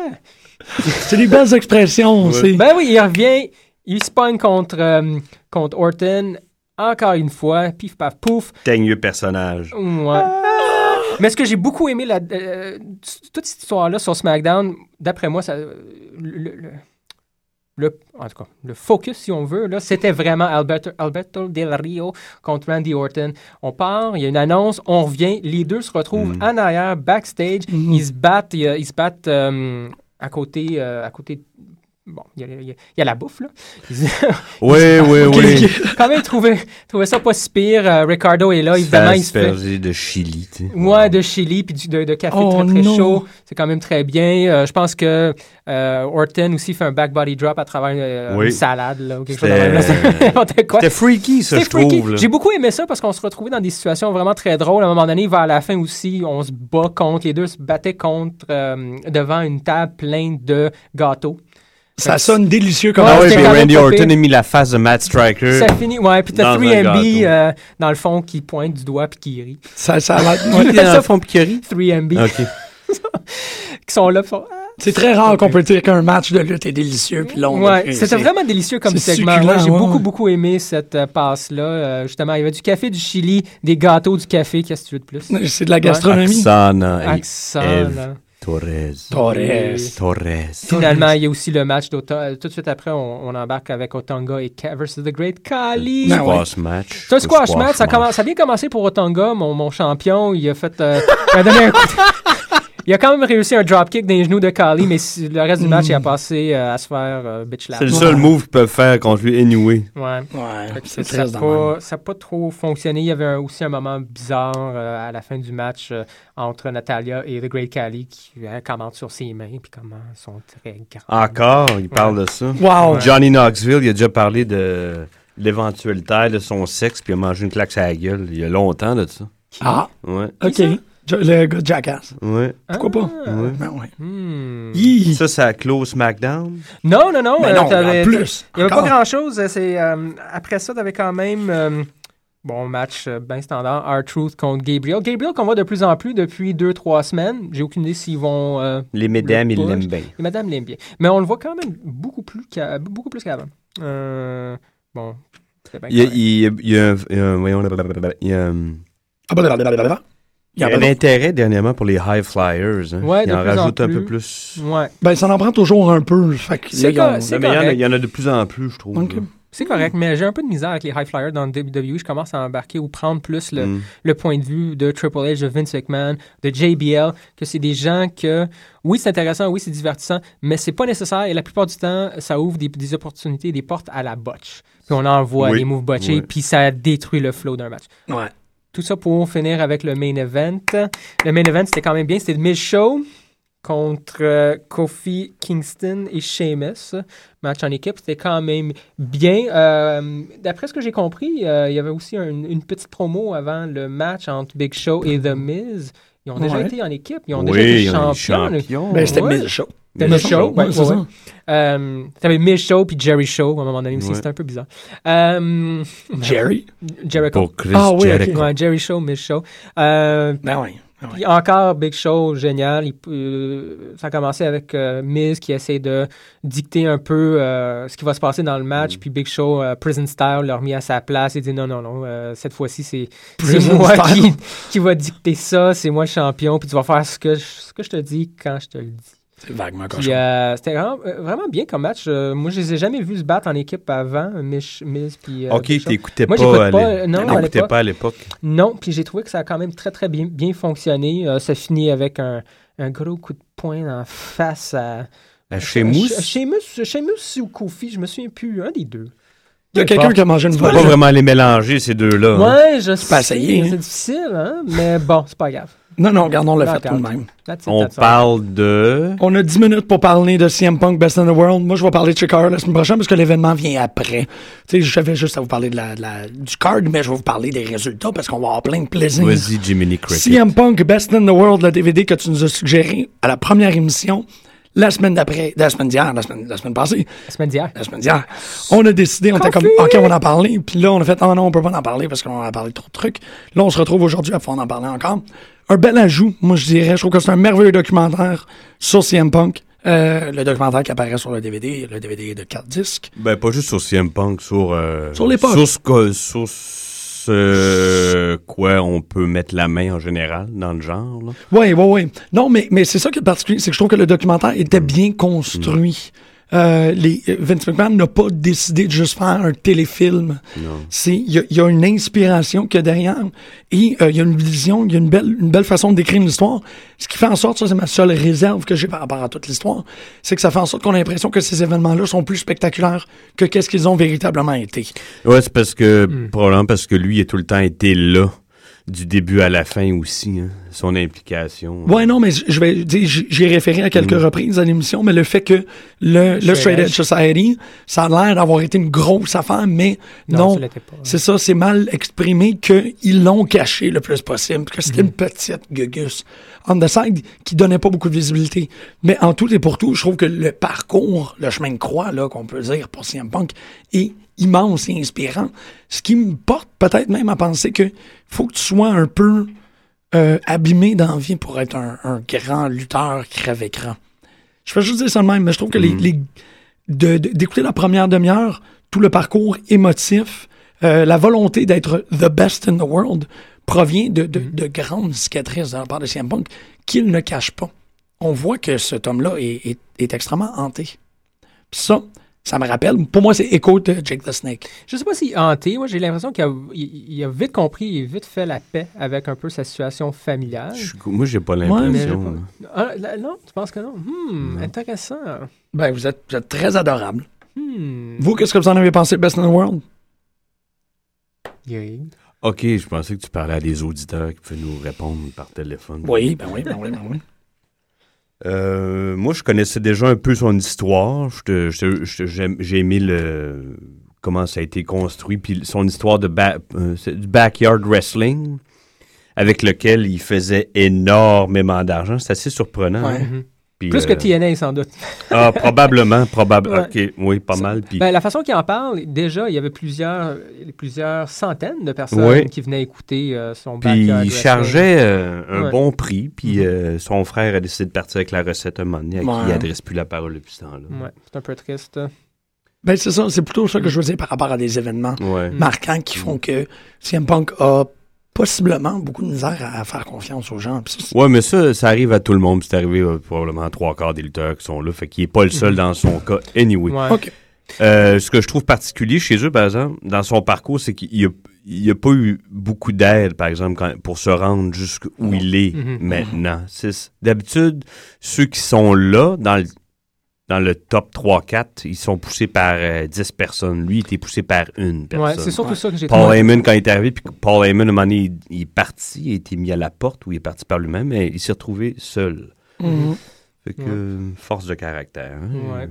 C'est des belles expressions. c'est-
Ben oui, il revient, il se pogne contre, euh, contre Orton, encore une fois, pif paf pouf.
Teigneux personnage.
Ouais. Mais ce que j'ai beaucoup aimé, la, euh, toute cette histoire-là sur SmackDown, d'après moi, ça, euh, le, le- le- en tout cas, le focus, si on veut, là, c'était vraiment Alberto, Alberto Del Rio contre Randy Orton. On part, il y a une annonce, on revient, les deux se retrouvent en arrière, backstage, ils se battent, il y a- ils se battent euh, à côté, euh, à côté. Bon, il y, a- il y a- il y a la bouffe, là. Ils-
Oui, oui, oui.
Quand même, trouvé, trouvé ça pas si pire. Euh, Ricardo est là, évidemment, il se fait.
aspergé de Chili, tu sais.
Ouais, de Chili, puis du- de, de café
Oh,
très, très
non.
chaud. C'est quand même très bien. Euh, je pense que euh, Orton aussi fait un back body drop à travers euh,
Oui.
une salade, là, ou quelque chose de
C'était-
même. là. C'est n'importe quoi.
C'était freaky, ça,
C'est
je
freaky.
trouve. là.
J'ai beaucoup aimé ça parce qu'on se retrouvait dans des situations vraiment très drôles. À un moment donné, vers la fin aussi, on se bat contre, les deux se battaient contre, euh, devant une table pleine de gâteaux.
Ça sonne délicieux comme
Ah
Ouais,
oui,
c'était
puis
quand même
Randy
pas
Orton
pire.
a mis la face de Matt Striker.
Ça finit, ouais, puis t'as
Dans un
3MB
gâteau.
euh, dans le fond qui pointe du doigt puis qui rit.
ça, ça a l'air-
Qui était Ah, dans
Ça-
le fond Picari?
3MB
OK.
qui sont là, puis sont, ah,
C'est très rare qu'on peut dire qu'un match de lutte est délicieux puis long.
Ouais,
C'est-
c'était vraiment délicieux comme
c'est
segment.
succulent,
Ouais, J'ai
ouais,
beaucoup,
ouais.
beaucoup aimé cette euh, passe-là. Euh, justement, il y avait du café, du chili, des gâteaux, du café. Qu'est-ce que tu veux de plus?
C'est de la gastronomie.
Axana et
Accent.
Eve.
là.
Torres.
Torres.
Torres.
Finalement, il y a aussi le match d'Otonga. Tout de suite après, on, on embarque avec Otonga et Ka versus The Great Kali.
Non. Ah ouais.
Squash match.
C'est un squash match. Ça,
match.
commence- ça a bien commencé pour Otonga, mon, mon champion. Il a fait. euh, il a donné un coup de- Il a quand même réussi un dropkick dans les genoux de Kali, mais si- le
Hmm.
reste du match, il a passé euh, à se faire euh, bitch lap.
C'est le seul move qu'ils peuvent faire contre lui, anyway.
Ouais.
Ouais,
Fait que
c'est
ça
très
n'a
drôle.
pas, ça a pas trop fonctionné. Il y avait un- aussi un moment bizarre euh, à la fin du match euh, entre Natalia et The Great Kali qui euh, commente sur ses mains puis comment elles sont très grandes.
Encore, il parle de ça.
Wow.
Johnny Knoxville, il a déjà parlé de l'éventualité de son sexe, puis il a mangé une claque à la gueule il y a longtemps de ça.
Ah,
Ouais.
OK. Jo- Le gars de Jackass.
Ouais.
Pourquoi pas?
Ah ouais.
Ben ouais.
Ah, Hmm.
Hi.
Ça, ça clôt SmackDown.
Non, non, non.
Mais
euh,
non,
t'avais-
en plus.
Il n'y avait
encore.
pas grand-chose. euh, c'est, euh, après ça, tu avais quand même... euh, Bon match euh, bien standard, R-Truth contre Gabriel. Gabriel qu'on voit de plus en plus depuis 2-3 semaines. J'ai aucune idée s'ils vont... euh,
Les mesdames, ils
push.
l'aiment bien.
Et Madame l'aime bien. Mais on le voit quand même beaucoup plus qu'à- beaucoup plus qu'avant. Euh, bon. c'est bien
Il y a,
correct.
il y a- il y a un, il y a un- voyons, blablabla, il y a un-
Ah, blablabla.
il y a un intérêt dernièrement pour les high flyers. Hein.
Ouais,
Ils
de
en
plus en
rajoutent un
plus.
peu plus.
Ouais.
Ben, ça en prend toujours un peu. Fait que
C'est
là, ils ont-
C'est
Non, mais il y, en a-
correct.
il y en a de plus en plus, je trouve.
Ok.
là.
C'est correct, mais j'ai un peu de misère avec les high flyers dans le WWE. Je commence à embarquer ou prendre plus le,
Mm.
le point de vue de Triple H, de Vince McMahon, de JBL, que c'est des gens que, oui, c'est intéressant, oui, c'est divertissant, mais c'est pas nécessaire et la plupart du temps, ça ouvre des, des opportunités, des portes à la botche. Puis on envoie
Oui,
des moves botchés,
oui.
puis ça détruit le flow d'un match.
Ouais.
Tout ça pour finir avec le main event. Le main event, c'était quand même bien. C'était le Miz Show contre euh, Kofi Kingston et Sheamus. Match en équipe, c'était quand même bien. Euh, D'après ce que j'ai compris, euh, il y avait aussi un- une petite promo avant le match entre Big Show et The Miz. Ils ont déjà
Ouais.
été en équipe, ils ont
Oui,
déjà été
ils ont été
champions.
champions.
Ben, c'était
Ouais.
Miz Show.
C'était
Miz
Miz Show, ouais,
ouais, c'est
ouais,
ça.
ouais. Euh, T'avais Miz Show puis Jerry Show à un moment donné aussi,
Ouais.
c'était un peu bizarre. Euh,
Jerry.
Jericho.
Pour Chris
Ah oui, ok.
Jericho.
Ouais, Jerry Show, Miz Show. Euh,
Ben ouais. ben ouais.
puis encore, Big Show, génial. Il peut- euh, ça a commencé avec euh, Miz qui essaie de dicter un peu euh, ce qui va se passer dans le
Mm.
match. Puis Big Show, euh, Prison Style, l'a remis à sa place et dit non, non, non, euh, cette fois-ci, c'est c'est
Prison
moi
style.
qui, qui va dicter ça. C'est moi le champion. Puis tu vas faire ce que, je, ce que je te dis quand je te le dis.
C'est vaguement
Puis
cochon.
euh, c'était vraiment, euh, vraiment bien comme match. Euh, moi, je les ai jamais vus se battre en équipe avant, Miz, Miz puis euh,
Ok,
Big Show.
t'écoutais
Moi,
pas,
j'écoute
à
pas,
l'é-
euh, non, à
t'écoutais
l'époque.
pas à l'époque.
Non, puis j'ai trouvé que ça a quand même très, très bien, bien fonctionné. Euh, ça finit avec un, un gros coup de poing en face à...
À Chez Mousse,
Ch- Sheamus Sheamus ou Kofi, je me souviens plus, un des deux.
Il y a quelqu'un qui a mangé une
on peut pas
volée.
vraiment les mélanger, ces deux-là. hein.
Ouais, je sais,
pas essayé, hein.
c'est difficile, hein, mais bon, c'est pas grave.
Non, non, regarde, on l'a fait
Knockout.
tout de même.
That's it,
On
that's all.
parle de...
On a 10 minutes pour parler de CM Punk Best in the World. Moi, je vais parler de Chick Hearn la semaine prochaine parce que l'événement vient après. Tu sais, je savais juste à vous parler de la, de la- du card, mais je vais vous parler des résultats parce qu'on va avoir plein de plaisir.
Vas-y, Jiminy Cricket.
CM Punk Best in the World, le DVD que tu nous as suggéré à la première émission, la semaine d'après, la semaine d'hier, la semaine, la semaine passée,
La semaine d'hier.
la semaine d'hier, on a décidé, on était comme, OK, on va en parler. Puis là, on a fait, oh non, on peut pas en parler parce qu'on en a parlé trop de trucs. Là, on se retrouve aujourd'hui à pouvoir en parler encore. Un bel ajout, moi, je dirais. Je trouve que c'est un merveilleux documentaire sur CM Punk. Euh, le documentaire qui apparaît sur le DVD, le DVD est de 4 disques.
Ben, pas juste sur CM Punk, sur... euh,
Sur l'époque.
Sur, ce que- sur ce quoi on peut mettre la main en général dans le genre. là.
Oui, oui, oui. Non, mais, mais c'est ça qui est particulier, c'est que je trouve que le documentaire était bien construit. Euh, les, Vince McMahon n'a pas décidé de juste faire un téléfilm. C'est il y, a- il y a une inspiration qu'il y a derrière et euh, il y a une vision, il y a une belle, une belle façon de décrire l'histoire. Ce qui fait en sorte, ça c'est ma seule réserve que j'ai par rapport à toute l'histoire, c'est que ça fait en sorte qu'on a l'impression que ces événements-là sont plus spectaculaires que qu'est-ce qu'ils ont véritablement été.
Ouais, c'est parce que, probablement parce que lui, il a tout le temps été là, du début à la fin aussi, hein, son implication.
Ouais, non, mais je- je vais dire, j- j'ai référé à quelques reprises à l'émission, mais le fait que le, le
Straight
Straight Edge
Edge.
Society, ça a l'air d'avoir été une grosse affaire, mais
Non,
non,
ça l'était pas.
c'est ça, c'est mal exprimé qu'ils l'ont caché le plus possible, que c'était
Mhm.
une petite gugus on the side qui donnait pas beaucoup de visibilité. Mais en tout et pour tout, je trouve que le parcours, le chemin de croix, là, qu'on peut dire pour CM Punk, est immense et inspirant. Ce qui me porte peut-être même à penser que faut que tu sois un peu euh, abîmé d'envie pour être un, un grand lutteur crève-écran. Je vais juste dire ça de même, mais je trouve que les,
Mhm.
les- de- de- d'écouter la première demi-heure, tout le parcours émotif, euh, la volonté d'être the best in the world provient de, de- de grandes cicatrices de la part de CM Punk qu'il ne cache pas. On voit que cet homme-là est, est- est extrêmement hanté. Puis ça, ça me rappelle, pour moi, c'est écho de Jake the Snake.
Je sais pas s'il est hanté. Moi, j'ai l'impression qu'il a, il- il a vite compris, il a vite fait la paix avec un peu sa situation familiale.
Je suis co- moi, j'ai pas
Mais-
l'impression. là.
Ah, là, non, tu penses que non? Hmm, intéressant.
Ben, vous êtes, vous êtes très adorable.
Hmm.
Vous, qu'est-ce que vous en avez pensé de Best in the World?
Yeah.
OK, je pensais que tu parlais à des auditeurs qui pouvaient nous répondre par téléphone.
Oui, ben oui, ben oui, ben oui.
Euh, moi, je connaissais déjà un peu son histoire. Je te- je te- je te- j'aime- J'ai aimé le comment ça a été construit, puis son histoire de ba- euh, c'est du backyard wrestling, avec lequel il faisait énormément d'argent. C'est assez surprenant.
Ouais.
hein. Puis,
Mhm. Plus que
euh,
TNA, sans doute.
Ah, probablement, probablement.
Ouais.
OK, oui, pas mal. Puis
Ben, la façon qu'il en parle, déjà, il y avait plusieurs, plusieurs centaines de personnes
Oui.
qui venaient écouter euh, son
Puis
backyard
il
wrestling.
chargeait euh, un
Ouais.
bon prix, puis
Mhm.
euh, son frère a décidé de partir avec la recette un moment donné, à
Ouais.
qui il adresse plus la parole depuis ce temps-là.
Ouais, c'est un peu triste.
Ben, c'est ça, c'est plutôt ça que je veux dire par rapport à des événements
Ouais.
Hmm.
marquants qui font que CM Punk a possiblement beaucoup de misère à, à faire confiance aux gens. Puis ça, c'est-
Ouais, mais ça, ça arrive à tout le monde. puis C'est arrivé euh, probablement à trois quarts des lutteurs qui sont là. Fait qu'il n'est pas le seul dans son cas. Anyway.
Mhm. Ouais.
OK.
Euh, ce que je trouve particulier chez eux, par exemple, dans son parcours, c'est qu'il n'y a, il y a pas eu beaucoup d'aide, par exemple, quand- pour se rendre jusqu'où il est
Mhm.
maintenant. C'est- D'habitude, ceux qui sont là, dans le, dans le top 3-4, ils sont poussés par euh, 10 personnes. Lui, il était poussé par une
Ouais,
personne.
c'est surtout ça que j'ai
Paul
trouvé.
Heyman, quand il est arrivé, puis que Paul Heyman, à un moment donné, il, il est parti, il a été mis à la porte, ou il est parti par lui-même, mais il s'est retrouvé seul.
Mm-hmm.
Fait que,
Ouais.
euh, force de caractère. hein.
Ouais.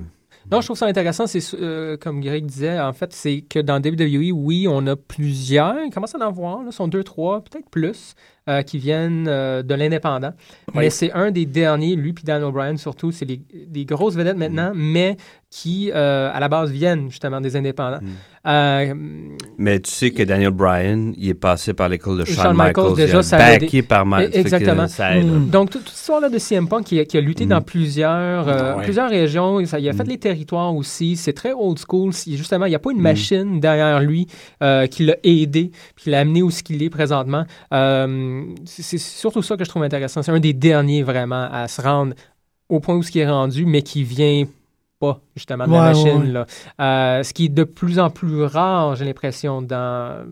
Non, je trouve ça intéressant. C'est su- euh, comme Greg disait, en fait, c'est que dans WWE, oui, on a plusieurs. Il commence à en voir. Là, ce sont deux, trois, peut-être plus, euh, qui viennent euh, de l'indépendant. Mais c'est un des derniers, lui puis Dan O'Brien surtout, c'est les- des grosses vedettes maintenant,
Mm.
mais qui euh, à la base viennent justement des indépendants.
Mm.
Euh,
Mais tu sais que Daniel Bryan, il est passé par l'école de Shawn,
Shawn Michaels,
Michaels,
déjà,
il a
ça a aidé.
backé par Michaels.
Exactement. Mm.
Ça aide.
Mm.
Mm.
Donc, toute, toute cette histoire-là de CM Punk qui, a- qui a lutté dans plusieurs, euh,
Ouais.
plusieurs régions, ça- il a fait les territoires aussi, c'est très old school. Si- Justement, il n'y a pas
Mm.
une machine derrière lui euh, qui l'a aidé, puis qui l'a amené où ce qu'il est présentement. Euh, c'est c'est surtout ça que je trouve intéressant. C'est un des derniers vraiment à se rendre au point où ce qui est rendu, mais qui vient pas justement de la
Ouais,
machine.
ouais.
là. Euh, ce qui est de plus en plus rare, j'ai l'impression, dans,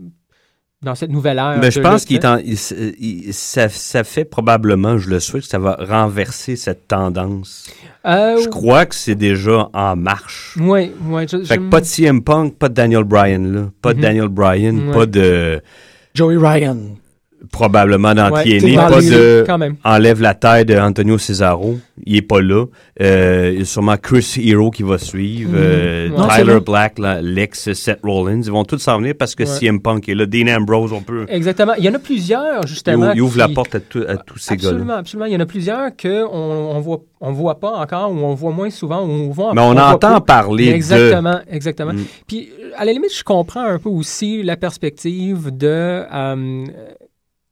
dans cette nouvelle ère.
Mais je
de
pense
lutte,
qu'il
hein.
est en- il s- il- ça, ça fait probablement, je le souhaite, que ça va renverser cette tendance.
Euh,
Je crois que c'est déjà en marche.
Oui, oui. Je,
Fait que
je-
pas de CM Punk, pas de Daniel Bryan, là. Pas de
Mhm.
Daniel Bryan,
Ouais.
pas de...
Joey Ryan.
probablement dans
Ouais,
TNA,
t'es dans
pas
les-
de
quand même.
enlève la taille de Antonio Cesaro, il est pas là. Euh, il y a sûrement Chris Hero qui va suivre, euh,
Mm. Ouais. Hmm. Non,
c'est vrai.
Tyler Black, la- l'ex Seth Rollins, ils vont tous s'en venir parce que
Ouais.
CM Punk est là, Dean Ambrose, on peut
Exactement. Il y en a plusieurs,
il,
justement.
ou- il ouvre
qui-
la porte à, tout- à tous ces gars-là.
Absolument, absolument. Il y en a plusieurs qu'on on voit, on voit pas encore, ou on voit moins souvent, ou on voit
Mais on,
voit
entend
peu.
parler de
Exactement, exactement.
Mm.
Puis, euh, à la limite, je comprends un peu aussi la perspective de, euh,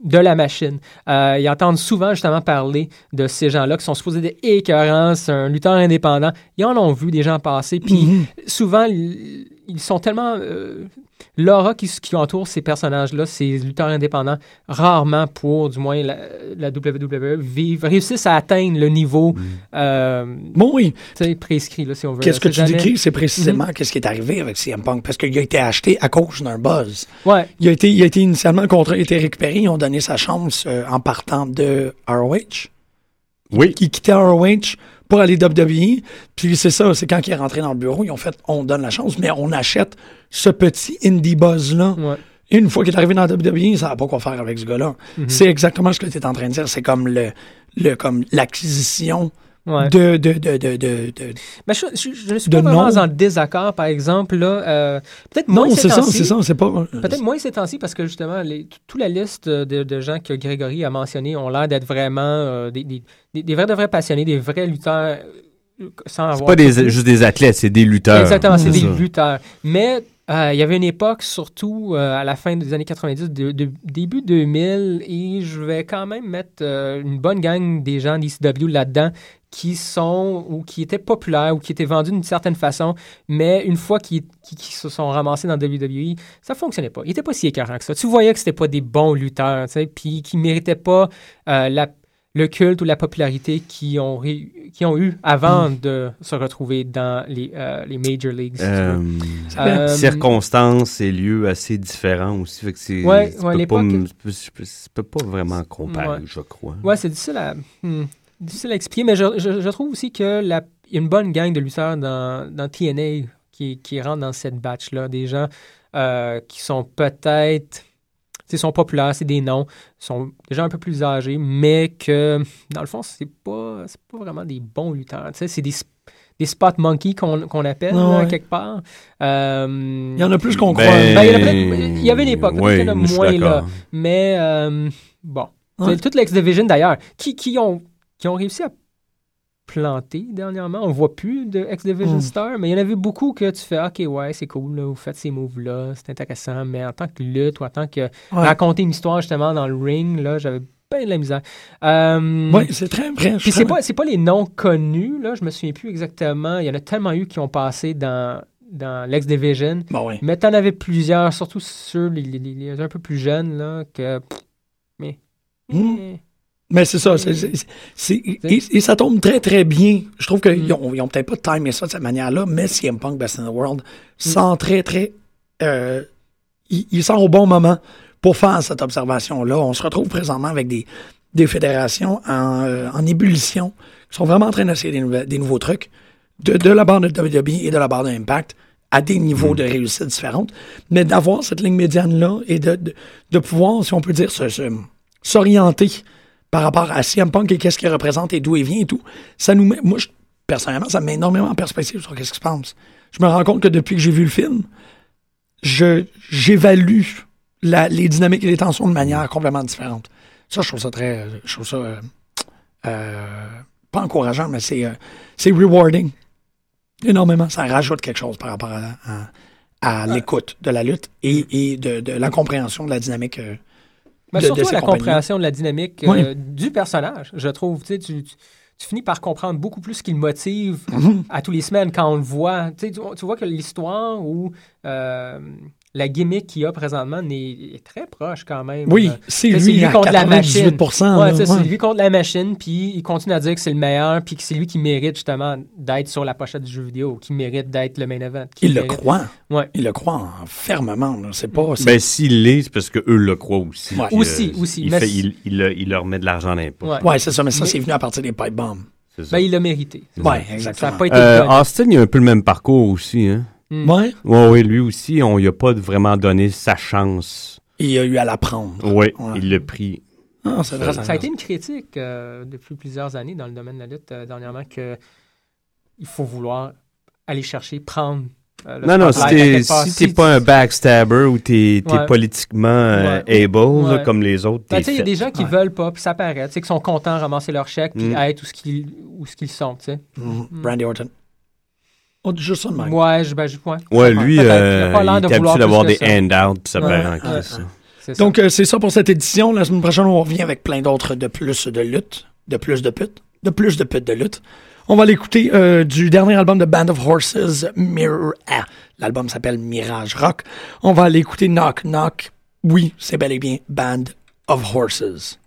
de la machine. Euh, ils entendent souvent justement parler de ces gens-là qui sont supposés être écœurants, c'est un lutteur
Mm-hmm.
Hmm. indépendant. Ils en ont vu des gens passer, puis souvent, l- ils sont tellement euh, l'aura qui, qui entoure ces personnages-là, ces lutteurs indépendants, rarement pour, du moins, la, la WWE, vivre, réussissent à atteindre le niveau euh,
Bon, oui.
tu sais, prescrit, là, si on veut.
Mm. Qu'est-ce que tu
jamais- Hmm.
décris, c'est précisément qu'est-ce qui est arrivé avec CM Punk, parce qu'il a été acheté à cause d'un buzz.
Ouais.
Il a été, il a été initialement contre, il a été récupéré, ils ont donné sa chance euh, en partant de ROH,
Oui.
qui quittait ROH pour aller WWE. Puis c'est ça, c'est quand il est rentré dans le bureau, ils ont fait, on donne la chance, mais on achète ce petit indie buzz-là.
Ouais.
Et une fois qu'il est arrivé dans WWE, ça n'a pas quoi faire avec ce gars-là.
Mm-hmm.
C'est exactement ce que tu es en train de dire. C'est comme le, le comme l'acquisition
Ouais.
de, de, de, de, de- de-
Mais je, je, je ne suis
De
pas vraiment
nom.
en désaccord, par exemple, là. euh, peut-être moins
Non,
ces
c'est ça,
temps-ci.
c'est ça, c'est pas.
Peut-être moins ces temps-ci parce que justement, les- t- toute la liste de, de gens que Grégory a mentionnés ont l'air d'être vraiment euh, des, des- des- des vrais de vrais passionnés, des vrais lutteurs euh, sans
C'est
avoir.
pas des, juste des athlètes, c'est des lutteurs.
Exactement, c'est des
ça.
lutteurs. Mais euh, il y avait une époque, surtout euh, à la fin des années 90, de- de- début 2000, et je vais quand même mettre euh, une bonne gang des gens d'ICW là-dedans qui sont ou qui étaient populaires ou qui étaient vendus d'une certaine façon, mais une fois qu'ils qu'ils- qu'ils se sont ramassés dans WWE, ça fonctionnait pas. Ils n'étaient pas si écœurants que ça. Tu voyais que c'était pas des bons lutteurs, tu sais, puis qui méritaient pas euh, la le culte ou la popularité qu'ils ont, ré- qu'ils ont eu avant de se retrouver dans les, euh, les Major Leagues. si tu
Euh,
veux. Euh,
circonstances et lieux assez différents aussi. Fait que c'est,
Ouais,
tu
ouais,
peux
l'époque-
pas, m- tu peux- tu peux- tu peux pas vraiment comparer,
Ouais.
je crois.
Ouais, c'est difficile à, hmm, difficile à expliquer, mais je, je- je trouve aussi que la, il y a une bonne gang de lutteurs dans, dans TNA qui, qui rentrent dans cette batch-là. Des gens euh, qui sont peut-être. Ils sont populaires, c'est des noms, sont des gens un peu plus âgés, mais que dans le fond, c'est pas, c'est pas vraiment des bons lutteurs. Tu sais, C'est des, sp- des spot monkeys qu'on qu'on appelle
Ah
là,
ouais.
quelque part. Euh,
Il y en a plus qu'on
Ben,
croit.
Ben, il y en a peut-être- il y avait une époque, peut-être
ouais,
qu'il y en a
je suis
moins, là.
d'accord.
Mais euh, bon,
Ouais.
C'est toute l'ex-division d'ailleurs, qui, qui, ont, qui ont réussi à planter dernièrement. On voit plus de ex-division
Mm.
star, mais il y en avait beaucoup que tu fais, OK, ouais, c'est cool, là, vous faites ces moves-là, c'est intéressant, mais en tant que lutte ou en tant que
Ouais.
raconter une histoire justement dans le ring, là, j'avais bien de la misère. Euh,
Oui, c'est très vrai. je
puis
suis
c'est pas, c'est pas les noms connus, là, je me souviens plus exactement. Il y en a tellement eu qui ont passé dans, dans l'ex-division.
très- Bon, oui.
Mais t'en avais plusieurs, surtout ceux les, les- les- les un peu plus jeunes, là, que. pff, Mais.
Mm.
mais-
Mais c'est ça. c'est- c'est- c'est- et, et ça tombe très, très bien. Je trouve qu'ils n'ont ont, peut-être pas timé ça de cette manière-là, mais CM Punk Best in the World sent très, très. euh, il, il sent au bon moment pour faire cette observation-là. On se retrouve présentement avec des, des fédérations en, euh, en ébullition qui sont vraiment en train d'essayer des, nouvelles- des nouveaux trucs de, de la barre de WWE et de la barre d'Impact à des niveaux de réussite différentes, mais d'avoir cette ligne médiane-là et de, de, de pouvoir, si on peut dire, se- se- s'orienter par rapport à CM Punk et qu'est-ce qu'il représente et d'où il vient et tout, ça nous met, moi, je- personnellement, ça me met énormément en perspective sur qu'est-ce qui se passe. Je me rends compte que depuis que j'ai vu le film, je j'évalue la- les dynamiques et les tensions de manière complètement différente. Ça, je trouve ça très, euh, je trouve ça euh, euh, pas encourageant, mais c'est euh, c'est rewarding énormément. Ça rajoute quelque chose par rapport à, à- à
Euh.
l'écoute de la lutte et, et de, de la compréhension de la dynamique. euh,
mais
de- de
surtout
ces
la
compagnies.
compréhension de la dynamique euh,
Oui.
du personnage, je trouve. Tu, sais, tu, tu- tu finis par comprendre beaucoup plus ce qui le motive
Mhm.
à tous les semaines quand on le voit. Tu, sais, tu, tu vois que l'histoire ou euh, la gimmick qu'il y a présentement n'est- est très proche quand même.
Oui,
Euh,
c'est
Là,
lui, à
contre la machine.
98%.
Ouais,
là,
ça,
ouais.
c'est lui contre la machine, puis il continue à dire que c'est le meilleur, puis que c'est lui qui mérite justement d'être sur la pochette du jeu vidéo, qui mérite d'être le main event. qui
Il le
mérite-
croit.
Ouais.
Il le croit en- fermement. là. C'est pas. c'est-
Ben, s'il l'est, c'est parce qu'eux le croient aussi.
Ouais.
Puis,
Aussi, Euh, aussi,
Il,
mais
fait-
c'est-
il, il, le- il leur met de l'argent dans les poches.
Ouais.
ouais, c'est ça, mais ça,
Mais-
c'est venu à partir des pipe bombs.
C'est ça.
Ben, il l'a mérité.
Ouais,
Ça n'a
exactement.
pas été
Euh,
le cas.
Austin, il a un peu le même parcours aussi. Hein?
Ouais.
Oui, oui, lui aussi, on lui a pas vraiment donné sa chance.
Il a eu à l'apprendre.
Oui,
Ouais.
il l'a pris.
Ah, c'est vrai.
Ça a été une critique euh, depuis plusieurs années dans le domaine de la lutte euh, dernièrement que il faut vouloir aller chercher, prendre. euh, le
Non, non, si
spotlight à
t'es
quelque part.
si t'es pas un backstabber ou t'es t'es
Ouais.
politiquement euh,
Ouais.
able, là,
Ouais.
comme les autres,
Ben,
t'es
tu sais, il y a
fait.
des gens qui
Ouais.
veulent pas, puis ça paraît, tu sais, qui sont contents de ramasser leur chèque, puis
Mm.
être où ce qu'ils où ce qu'ils sont, tu sais.
Mhm. Randy Orton. Oh, juste ça de même.
Ouais, je, ben, je, ouais.
Ouais, lui,
Peut-être.
euh,
Il a pas
il
l'air de
est habitué
vouloir plus
d'avoir
que
des
ça.
handouts, ça
Ouais.
paraît en
Ouais.
crise, ça.
C'est ça.
Donc, euh, c'est ça pour cette édition. La semaine prochaine, on revient avec plein d'autres de plus de lutte, de plus de putes. de plus de putes de lutte. On va l'écouter euh, du dernier album de Band of Horses, Mirror. Ah, L'album s'appelle Mirage Rock. On va l'écouter Knock Knock. Oui, c'est bel et bien Band of Horses.